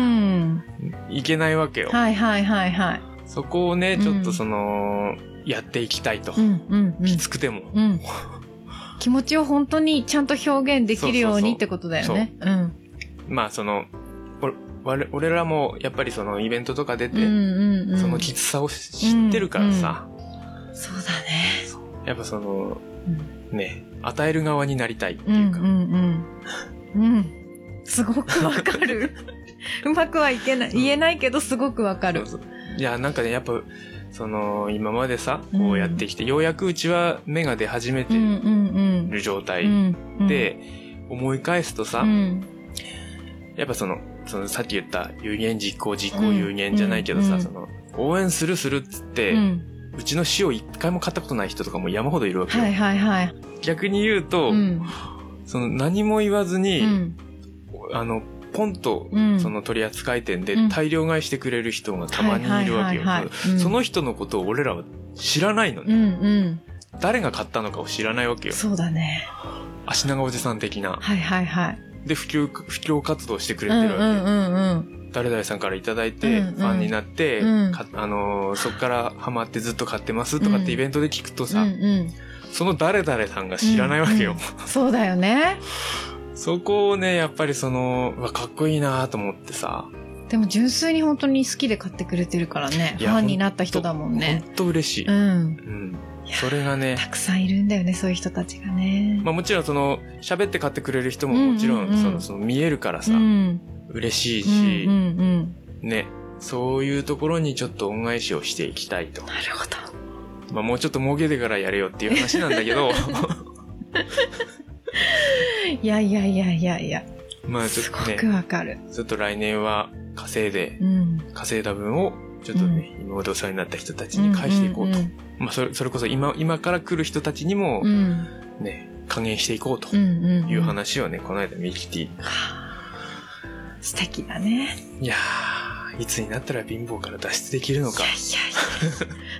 [SPEAKER 2] ん
[SPEAKER 1] 行けないわけよ。
[SPEAKER 2] はいはいはいはい。
[SPEAKER 1] そこをね、
[SPEAKER 2] うん
[SPEAKER 1] ちょっとその、やっていきたいと。
[SPEAKER 2] うんうんうん
[SPEAKER 1] きつくても。
[SPEAKER 2] うん。気持ちを本当にちゃんと表現できるようにってことだよね。うん
[SPEAKER 1] まあその、お我俺らもやっぱりそのイベントとか出
[SPEAKER 2] う
[SPEAKER 1] て、
[SPEAKER 2] んうんうん。
[SPEAKER 1] そのきつさを知ってるからさ、
[SPEAKER 2] そうだね。
[SPEAKER 1] やっぱその、
[SPEAKER 2] うん
[SPEAKER 1] ね、与える側になりたいって
[SPEAKER 2] う
[SPEAKER 1] いうんか、
[SPEAKER 2] うんうん。うん。すごくわかる。うまくはいけない、言えないけどすごくわかる。
[SPEAKER 1] そうそういや、なんかね、やっぱ、その、今までさ、
[SPEAKER 2] うん
[SPEAKER 1] こうやってきて、ようやくうちは芽が出始め
[SPEAKER 2] う
[SPEAKER 1] て
[SPEAKER 2] んうんうん
[SPEAKER 1] る状
[SPEAKER 2] う
[SPEAKER 1] 態
[SPEAKER 2] ん。うん、
[SPEAKER 1] で、思い返すとさ、
[SPEAKER 2] うん、
[SPEAKER 1] やっぱその、そのさっき言った有言実行、実行有言じゃないけど
[SPEAKER 2] う
[SPEAKER 1] さ、
[SPEAKER 2] ん
[SPEAKER 1] その、応援するするっつって、
[SPEAKER 2] う。
[SPEAKER 1] うんちの市を一回も買ったことない人とかも山ほどいるわけよ。
[SPEAKER 2] はいはいはい。
[SPEAKER 1] 逆に言うと、
[SPEAKER 2] うん。
[SPEAKER 1] その何も言わず
[SPEAKER 2] う
[SPEAKER 1] に、
[SPEAKER 2] ん。
[SPEAKER 1] あの、ポンと、
[SPEAKER 2] うん
[SPEAKER 1] その取扱店で
[SPEAKER 2] うん
[SPEAKER 1] 大量買いしてくれる人がたまにいるわけよ
[SPEAKER 2] はいはいはいはい。うん
[SPEAKER 1] その人のことを俺らは知らないの
[SPEAKER 2] う
[SPEAKER 1] ね。
[SPEAKER 2] んうん。
[SPEAKER 1] 誰が買ったのかを知らないわけよ。
[SPEAKER 2] そうだね。
[SPEAKER 1] 足長おじさん的な。
[SPEAKER 2] はいはいはい。
[SPEAKER 1] で、普及、普及活動してくれ
[SPEAKER 2] うん
[SPEAKER 1] て
[SPEAKER 2] う
[SPEAKER 1] るわけ。
[SPEAKER 2] んうん
[SPEAKER 1] 誰々さんからいただいて、
[SPEAKER 2] うんうん
[SPEAKER 1] ファンになって、
[SPEAKER 2] うん
[SPEAKER 1] かあのーそっからハマってずっと買ってますとかっ
[SPEAKER 2] うん
[SPEAKER 1] てイベントで聞くと
[SPEAKER 2] うんう
[SPEAKER 1] さ、
[SPEAKER 2] んうん
[SPEAKER 1] その誰々さんが知らないわけよ。
[SPEAKER 2] そうだよね
[SPEAKER 1] そこをね、やっぱりその、うわかっこいいなと思ってさ、
[SPEAKER 2] でも純粋に本当に好きで買ってくれてるからね
[SPEAKER 1] い
[SPEAKER 2] フ
[SPEAKER 1] や
[SPEAKER 2] ァンになった人だもんね
[SPEAKER 1] ほんと嬉しい。
[SPEAKER 2] う
[SPEAKER 1] うん。
[SPEAKER 2] ん
[SPEAKER 1] それがね、
[SPEAKER 2] たくさんいるんだよねそういう人たちがね、
[SPEAKER 1] まあもちろんその、喋って買ってくれる人も
[SPEAKER 2] うんうんうん
[SPEAKER 1] もちろん、その、その見えるからさ、
[SPEAKER 2] うん
[SPEAKER 1] 嬉しい
[SPEAKER 2] うん
[SPEAKER 1] し、
[SPEAKER 2] うんうん
[SPEAKER 1] ね、そういうところにちょっと恩返しをしていきたいと。
[SPEAKER 2] なるほど
[SPEAKER 1] まあもうちょっと儲けてからやれよっていう話なんだけ ど、
[SPEAKER 2] いやいやいやいやいや、
[SPEAKER 1] まあちょ
[SPEAKER 2] す
[SPEAKER 1] っ
[SPEAKER 2] ご
[SPEAKER 1] とね
[SPEAKER 2] く、わかる、
[SPEAKER 1] ちょっと来年は稼いで、
[SPEAKER 2] うん
[SPEAKER 1] 稼いだ分を、ちょっとね、今までお世話になった人たちに返していこうと。
[SPEAKER 2] うん
[SPEAKER 1] まあそれ、それこそ今、今から来る人たちにも
[SPEAKER 2] う、ん
[SPEAKER 1] ね、加減していこうと
[SPEAKER 2] うんうんうんうん
[SPEAKER 1] いう話をね、この間ミキティ。
[SPEAKER 2] 素敵だね
[SPEAKER 1] いやー、いつになったら貧乏から脱出できる
[SPEAKER 2] いや
[SPEAKER 1] の
[SPEAKER 2] い
[SPEAKER 1] か
[SPEAKER 2] や。いや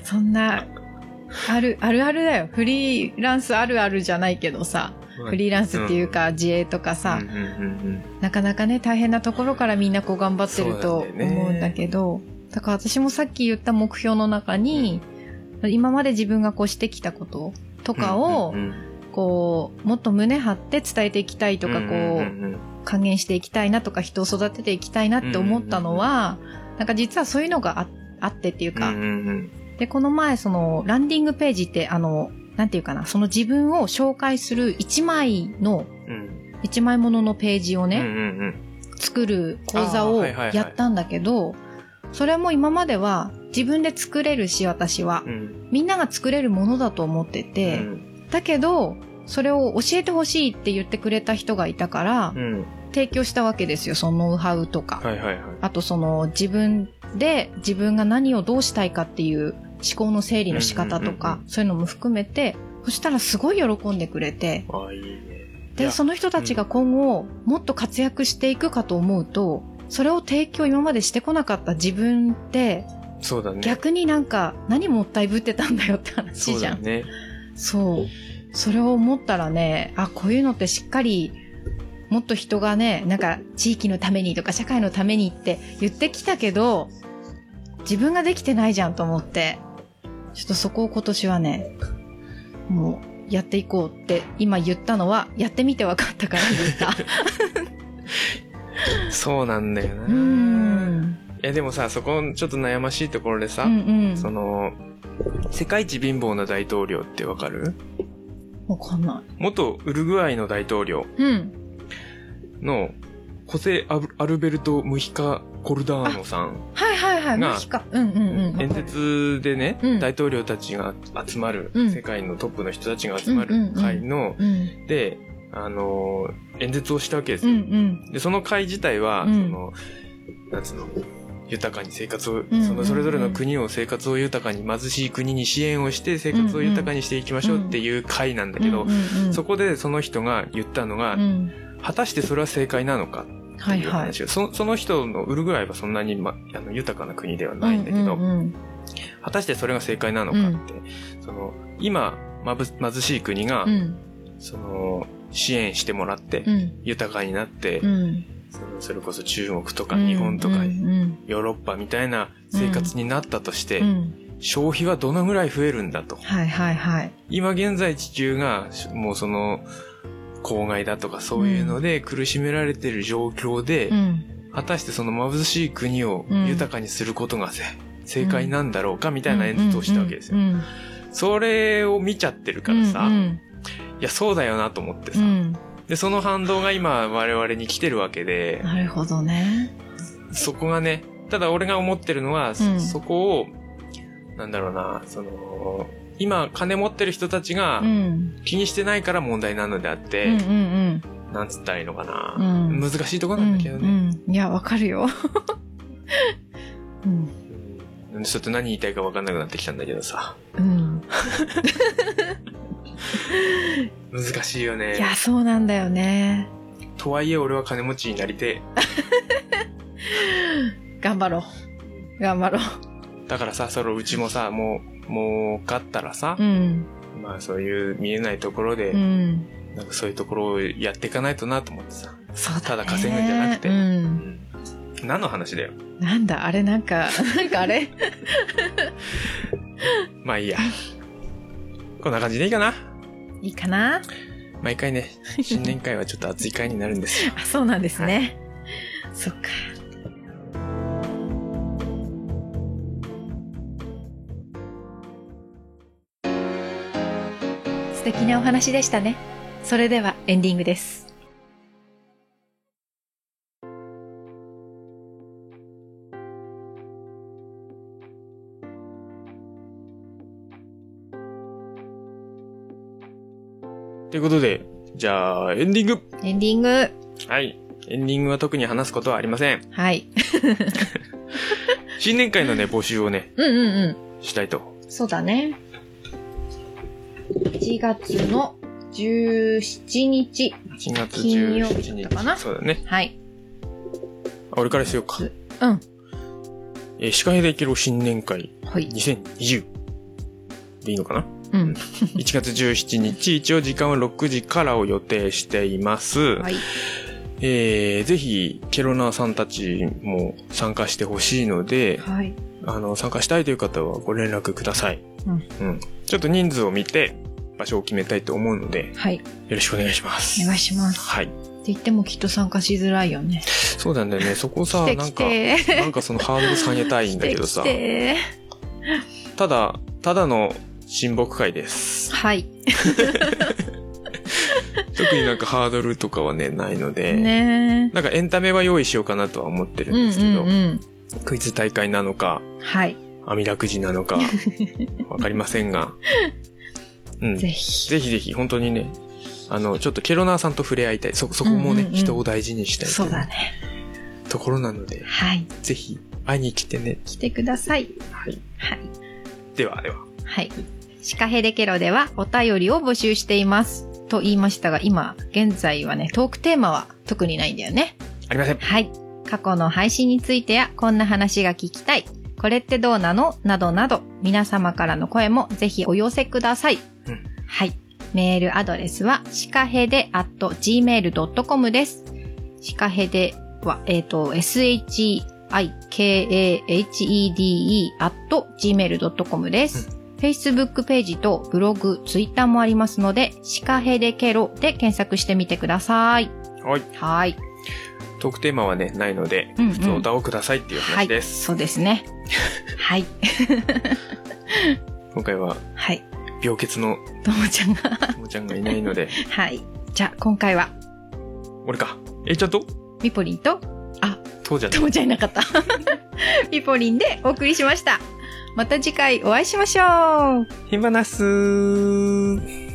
[SPEAKER 2] そんなあるあるあるだよフリーランスあるあるじゃないけどさフリーランスっていうか自営とかさ、
[SPEAKER 1] うんうんうん
[SPEAKER 2] なかなかね大変なところからみんなこう頑張ってる
[SPEAKER 1] そ
[SPEAKER 2] と
[SPEAKER 1] うなんだよね
[SPEAKER 2] 思うんだけどだから私もさっき言った目標の中に、今まで自分がこうしてきたことと
[SPEAKER 1] うん。
[SPEAKER 2] かを
[SPEAKER 1] うんうんうん、
[SPEAKER 2] こうもっと胸張って伝えていきたいとかこう、
[SPEAKER 1] んんん
[SPEAKER 2] 還元していきたいなとか人を育てていきたいなって思ったのは、なんか実はそういうのがああってっていうか、
[SPEAKER 1] うんうんうん
[SPEAKER 2] でこの前そのランディングページってあのなんていうかなその自分を紹介する1枚の
[SPEAKER 1] うん
[SPEAKER 2] 1枚もののページを
[SPEAKER 1] うんう
[SPEAKER 2] ね、
[SPEAKER 1] んうん
[SPEAKER 2] 作る講座
[SPEAKER 1] あー
[SPEAKER 2] を
[SPEAKER 1] はいはいはい
[SPEAKER 2] やったんだけど、それも今までは自分で作れるし私は、
[SPEAKER 1] うん
[SPEAKER 2] みんなが作れるものだと思ってて、
[SPEAKER 1] うん
[SPEAKER 2] だけどそれを教えてほしいって言ってくれた人がいたから、
[SPEAKER 1] うん
[SPEAKER 2] 提供したわけですよそのノウハウとか、
[SPEAKER 1] はいはいはい
[SPEAKER 2] あとその自分で自分が何をどうしたいかっていう思考の整理の仕方と
[SPEAKER 1] うんうん
[SPEAKER 2] か
[SPEAKER 1] う
[SPEAKER 2] そういうのも含めてそしたらすごい喜んでくれて
[SPEAKER 1] ああいいねい
[SPEAKER 2] で
[SPEAKER 1] や
[SPEAKER 2] その人たちが今後もっと活躍していくかと思うとそれを提供今までしてこなかった自分って
[SPEAKER 1] そうだね
[SPEAKER 2] 逆になんか何もったいぶってたんだよって話
[SPEAKER 1] そう
[SPEAKER 2] じ
[SPEAKER 1] だ
[SPEAKER 2] ゃ
[SPEAKER 1] よ
[SPEAKER 2] ん。
[SPEAKER 1] ね
[SPEAKER 2] そう。それを思ったらね、あ、こういうのってしっかり、もっと人がね、なんか地域のためにとか社会のためにって言ってきたけど、自分ができてないじゃんと思って、ちょっとそこを今年はね、もうやっていこうって今言ったのは、やってみて分かったから言った。
[SPEAKER 1] そうなんだよ
[SPEAKER 2] うー。
[SPEAKER 1] なんいやでもさそこちょっと悩ましいところで
[SPEAKER 2] う
[SPEAKER 1] さ
[SPEAKER 2] んうん。
[SPEAKER 1] その世界一貧乏な大統領ってわかる
[SPEAKER 2] わかんな
[SPEAKER 1] 元ウルグアイの大統領
[SPEAKER 2] い。うん。
[SPEAKER 1] のホセ・アブアルベルト・ムヒカ・コルダーノさん
[SPEAKER 2] はいはいはい。
[SPEAKER 1] な
[SPEAKER 2] マジか。うんうんうん。
[SPEAKER 1] 演説でね、
[SPEAKER 2] うん
[SPEAKER 1] 大統領たちが集まる、
[SPEAKER 2] うん
[SPEAKER 1] 世界のトップの人たちが集まる会の、
[SPEAKER 2] うん。
[SPEAKER 1] で、あのー演説をしたわけです
[SPEAKER 2] うんう
[SPEAKER 1] よ。
[SPEAKER 2] ん。
[SPEAKER 1] で、その会自体は、
[SPEAKER 2] うん
[SPEAKER 1] その、なんつうの、豊かに生活を、
[SPEAKER 2] ん
[SPEAKER 1] そのそれぞれの国を生活を豊かに貧しい国に支援をして生活を豊かにしていきましょうっていう会なんだけど、
[SPEAKER 2] うんうんうん
[SPEAKER 1] そこでその人が言ったのが、
[SPEAKER 2] うん
[SPEAKER 1] 果たしてそれは正解なのかって
[SPEAKER 2] はい
[SPEAKER 1] いう話を、
[SPEAKER 2] はい。
[SPEAKER 1] そその人のウルグアイはそんなに、ま、あの豊かな国ではないんだけど、
[SPEAKER 2] うんうんうん
[SPEAKER 1] 果たしてそれが正解なのかって、その今まぶ貧しい国が、
[SPEAKER 2] うん
[SPEAKER 1] その支援してもらって、
[SPEAKER 2] うん
[SPEAKER 1] 豊かになって、
[SPEAKER 2] うん
[SPEAKER 1] そのそれこそ中国とか
[SPEAKER 2] うん
[SPEAKER 1] 日本とか、
[SPEAKER 2] うん
[SPEAKER 1] ヨーロッパみたいな生活になったとして、
[SPEAKER 2] うんうん
[SPEAKER 1] 消費はどのぐらい増えるんだと。
[SPEAKER 2] はいはいはい。
[SPEAKER 1] 今現在地球がもうその公害だとかそういうので苦しめられてる状況で、
[SPEAKER 2] うん
[SPEAKER 1] 果たしてその貧しい国を
[SPEAKER 2] うん
[SPEAKER 1] 豊かにすることがせ正解なんだろうかみたいな演説をしたわけですよ
[SPEAKER 2] う。ん
[SPEAKER 1] それを見ちゃってるからさ、
[SPEAKER 2] うん
[SPEAKER 1] いや、そうだよなと思って
[SPEAKER 2] う
[SPEAKER 1] さ。
[SPEAKER 2] ん
[SPEAKER 1] で、その反動が今我々に来てるわけで、
[SPEAKER 2] なるほどね。
[SPEAKER 1] そこがね、ただ俺が思ってるのは、そ
[SPEAKER 2] うん
[SPEAKER 1] そこを、なんだろうな、その、今金持ってる人たちが
[SPEAKER 2] うん
[SPEAKER 1] 気にしてないから問題なのであっ
[SPEAKER 2] うんうん
[SPEAKER 1] て、なんつったらいいのかな、
[SPEAKER 2] うん
[SPEAKER 1] 難しいとこ
[SPEAKER 2] うん
[SPEAKER 1] なんだけど
[SPEAKER 2] う
[SPEAKER 1] ね。
[SPEAKER 2] んうんいや、わかるよ。うん
[SPEAKER 1] うんちょっと何言いたいか分かんなくなってきたんだけどさ。
[SPEAKER 2] うん
[SPEAKER 1] 難しいよ
[SPEAKER 2] い
[SPEAKER 1] ね。
[SPEAKER 2] や、そうなんだよね。
[SPEAKER 1] とはいえ俺は金持ちになりて
[SPEAKER 2] 頑張ろう。頑張ろ
[SPEAKER 1] え、だからさ、それうちもさ、もう、もうかったらさ
[SPEAKER 2] う。う、ん。
[SPEAKER 1] まあそういう見えないところで、
[SPEAKER 2] うん。
[SPEAKER 1] なんかそういうところをやっていかないとなと思ってさ。
[SPEAKER 2] そうだ、ね、
[SPEAKER 1] ただ稼ぐんじゃなくて
[SPEAKER 2] うん。
[SPEAKER 1] うん何の話だよ
[SPEAKER 2] なんだ、あれなんか、なんかあれ
[SPEAKER 1] まあいいや こんな感じでいいかない
[SPEAKER 2] いかな
[SPEAKER 1] 毎回 ね新年会はちょっと熱い会になるんですよ
[SPEAKER 2] あ、そうなんですね。そっか。素敵なお話でしたね。それではエンディングです。
[SPEAKER 1] ということでじゃあエンディング
[SPEAKER 2] エンディング。
[SPEAKER 1] はいエンディングは特に話すことはありません
[SPEAKER 2] はい。
[SPEAKER 1] 新年会 のね募集をね
[SPEAKER 2] うんうん
[SPEAKER 1] したいと
[SPEAKER 2] うん。そうだね。1月の17日。
[SPEAKER 1] 1月
[SPEAKER 2] 金曜日
[SPEAKER 1] 17日
[SPEAKER 2] だったかな
[SPEAKER 1] そうだね
[SPEAKER 2] はい。
[SPEAKER 1] あ俺からしようか
[SPEAKER 2] ううん。
[SPEAKER 1] えー司会でいける新年会
[SPEAKER 2] はい。
[SPEAKER 1] 2020でいいのか な
[SPEAKER 2] うん。
[SPEAKER 1] 1月17日、一応時間は6時からを予定しています。
[SPEAKER 2] はい。
[SPEAKER 1] えー、ぜひ、ケロナーさんたちも参加してほしいので、
[SPEAKER 2] はい。
[SPEAKER 1] あの、参加したいという方はご連絡ください。
[SPEAKER 2] うん。
[SPEAKER 1] ちょっと人数を見て、場所を決めたいと思うので、
[SPEAKER 2] はい。
[SPEAKER 1] よろしくお願いします。
[SPEAKER 2] お願いします。
[SPEAKER 1] はい。
[SPEAKER 2] って言ってもきっと参加しづらいよね。
[SPEAKER 1] そうなんだよね。そこ さ、
[SPEAKER 2] 来て
[SPEAKER 1] な
[SPEAKER 2] 来
[SPEAKER 1] んか、
[SPEAKER 2] て。
[SPEAKER 1] なんかそのハードル下げたいんだけどさ
[SPEAKER 2] 来、て
[SPEAKER 1] ただ、ただの親睦会 です。
[SPEAKER 2] はい。
[SPEAKER 1] 特になんかハードルとかはね、ないので、
[SPEAKER 2] ね
[SPEAKER 1] なんかエンタメは用意しようかなとは思って
[SPEAKER 2] え。
[SPEAKER 1] る
[SPEAKER 2] うんん
[SPEAKER 1] ですけど、
[SPEAKER 2] うん
[SPEAKER 1] クイズ大会なのか、
[SPEAKER 2] うん。はい。
[SPEAKER 1] 網だくじなの か、わかりませんが、うん。
[SPEAKER 2] ぜ
[SPEAKER 1] ぜ
[SPEAKER 2] ひ。
[SPEAKER 1] ひぜひ、本当にね、あの、ちょっとケロナーさんと触れ合いたい。そ、そこもね、
[SPEAKER 2] うんうんうん
[SPEAKER 1] 人を大事にしたい
[SPEAKER 2] そう
[SPEAKER 1] とい
[SPEAKER 2] だ
[SPEAKER 1] う
[SPEAKER 2] ね。
[SPEAKER 1] ところなので、
[SPEAKER 2] はい。
[SPEAKER 1] ぜひ、会いに来てね。
[SPEAKER 2] 来てください。
[SPEAKER 1] はい。
[SPEAKER 2] はい。
[SPEAKER 1] では、では。
[SPEAKER 2] はい。シカヘデケロではお便りを募集しています。と言いましたが、今、現在はね、トークテーマは特にないんだよね。
[SPEAKER 1] ありません。
[SPEAKER 2] はい。過去の配信についてや、こんな話が聞きたい。これってどうなのなどなど、皆様からの声もぜひお寄せください。
[SPEAKER 1] うん
[SPEAKER 2] はい。メールアドレスは、シカヘデ at gmail.com です。シカヘデは、えっ、と、s-h-i-k-a-h-e-d-e at gmail.com です。Facebook ページとブログ、Twitter もありますので、シカヘデケロで検索してみてください。
[SPEAKER 1] はい。
[SPEAKER 2] はい。
[SPEAKER 1] トークテーマはね、ないので、
[SPEAKER 2] うんうん
[SPEAKER 1] 普通お歌をくださいっていう
[SPEAKER 2] は
[SPEAKER 1] 話
[SPEAKER 2] い、
[SPEAKER 1] です。
[SPEAKER 2] そうですね。はい。
[SPEAKER 1] 今回は、
[SPEAKER 2] はい。
[SPEAKER 1] 病欠の
[SPEAKER 2] ともちゃんが。
[SPEAKER 1] もちゃんがいない ので、
[SPEAKER 2] はい。じゃあ、今回は、
[SPEAKER 1] 俺か。えいちゃんと
[SPEAKER 2] ミポリンと、
[SPEAKER 1] とうじゃん
[SPEAKER 2] ともちゃんいな かった。ミポリンでお送りしました。また次回お会いしましょう。
[SPEAKER 1] ひばなすー。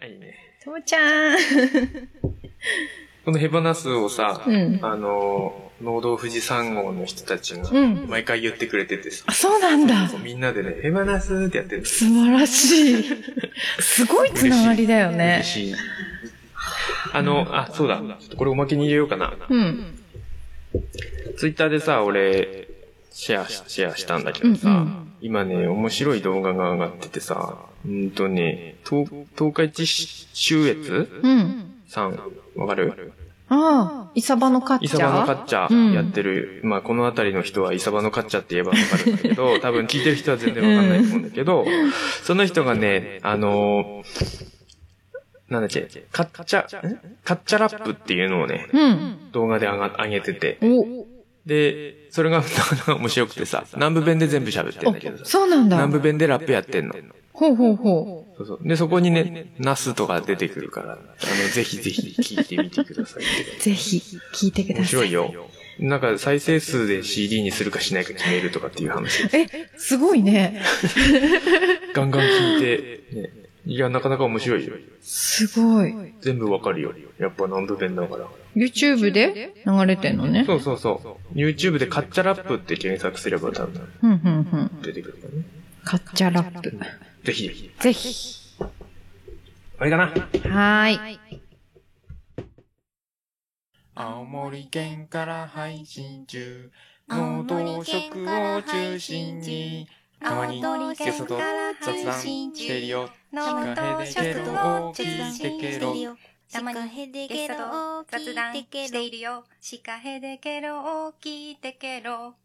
[SPEAKER 1] あいいね。
[SPEAKER 2] ともちゃん。
[SPEAKER 1] このヘバナスをさ、
[SPEAKER 2] うん。
[SPEAKER 1] あの、農道富士山号の人たちが
[SPEAKER 2] うん。
[SPEAKER 1] 毎回言ってくれててさ
[SPEAKER 2] あ、、そうなんだ。
[SPEAKER 1] みんなでね、ヘバナスーってやってるんです
[SPEAKER 2] 素晴らしい。すごいつながりだよね
[SPEAKER 1] 嬉。しい。あの、あ、そうだ。ちょっとこれおまけに入れようかな。
[SPEAKER 2] うん。
[SPEAKER 1] ツイッターでさ、俺、シェアし、シェアしたんだけ
[SPEAKER 2] うんう
[SPEAKER 1] どさ、
[SPEAKER 2] ん。
[SPEAKER 1] 今ね、面白い動画が上がっててさ、うんとね、東東海地周越
[SPEAKER 2] うん。
[SPEAKER 1] さん、わかる
[SPEAKER 2] ああ、イサバのカッ
[SPEAKER 1] イ
[SPEAKER 2] チ
[SPEAKER 1] サバのカ
[SPEAKER 2] ャー
[SPEAKER 1] ッチャ
[SPEAKER 2] うん
[SPEAKER 1] ーやってる、まあこの辺りの人はイサバのカッチャーって言えばわかるんだけ ど、多分聞いてる人は全然わかんないと思うんだけど、その人がね、あのーなんだっけ、カッチャ、んカッチャラップっていうのをね、
[SPEAKER 2] うん。
[SPEAKER 1] 動画で上が上げてて、
[SPEAKER 2] お、
[SPEAKER 1] で、それが 面白くてさ、南部弁で全部喋ってるんだけどさ、
[SPEAKER 2] そうなんだ
[SPEAKER 1] 南。部弁でラップやってんの。
[SPEAKER 2] ほうほうほ
[SPEAKER 1] そうそう。で、そこにね、ナスとか出てくるから、あの、ぜひぜひ聞いてみてください。
[SPEAKER 2] う。ぜひ、聞いてくだ
[SPEAKER 1] 面
[SPEAKER 2] さ
[SPEAKER 1] 白
[SPEAKER 2] い。
[SPEAKER 1] いよ。なんか再生数で CD にするかしないか決めるとかっていう話。
[SPEAKER 2] え、すごいね。
[SPEAKER 1] ガンガン聞いて、ね、いや、なかなか面白いよ。
[SPEAKER 2] すごい。
[SPEAKER 1] 全部わかるよ。やっぱ南部弁だから。
[SPEAKER 2] YouTube で流れてんのね。
[SPEAKER 1] そうそうそう。YouTube でカッチャラップって検索すれば多分
[SPEAKER 2] うんうんうん。
[SPEAKER 1] 出てくるからね。
[SPEAKER 2] カッチャラップ。
[SPEAKER 1] ぜひぜひ。
[SPEAKER 2] ぜひ。
[SPEAKER 1] あれかな
[SPEAKER 2] はーい。
[SPEAKER 4] 青森県から配信中
[SPEAKER 5] 能動食を中心に、たまにゲストと雑談してるよ。
[SPEAKER 2] 脳と食を中心にしてるよ。
[SPEAKER 4] た
[SPEAKER 2] た
[SPEAKER 4] ま
[SPEAKER 2] ま
[SPEAKER 4] に
[SPEAKER 2] にゲストを雑談しているよ。シカヘデケロを聞いてケロ。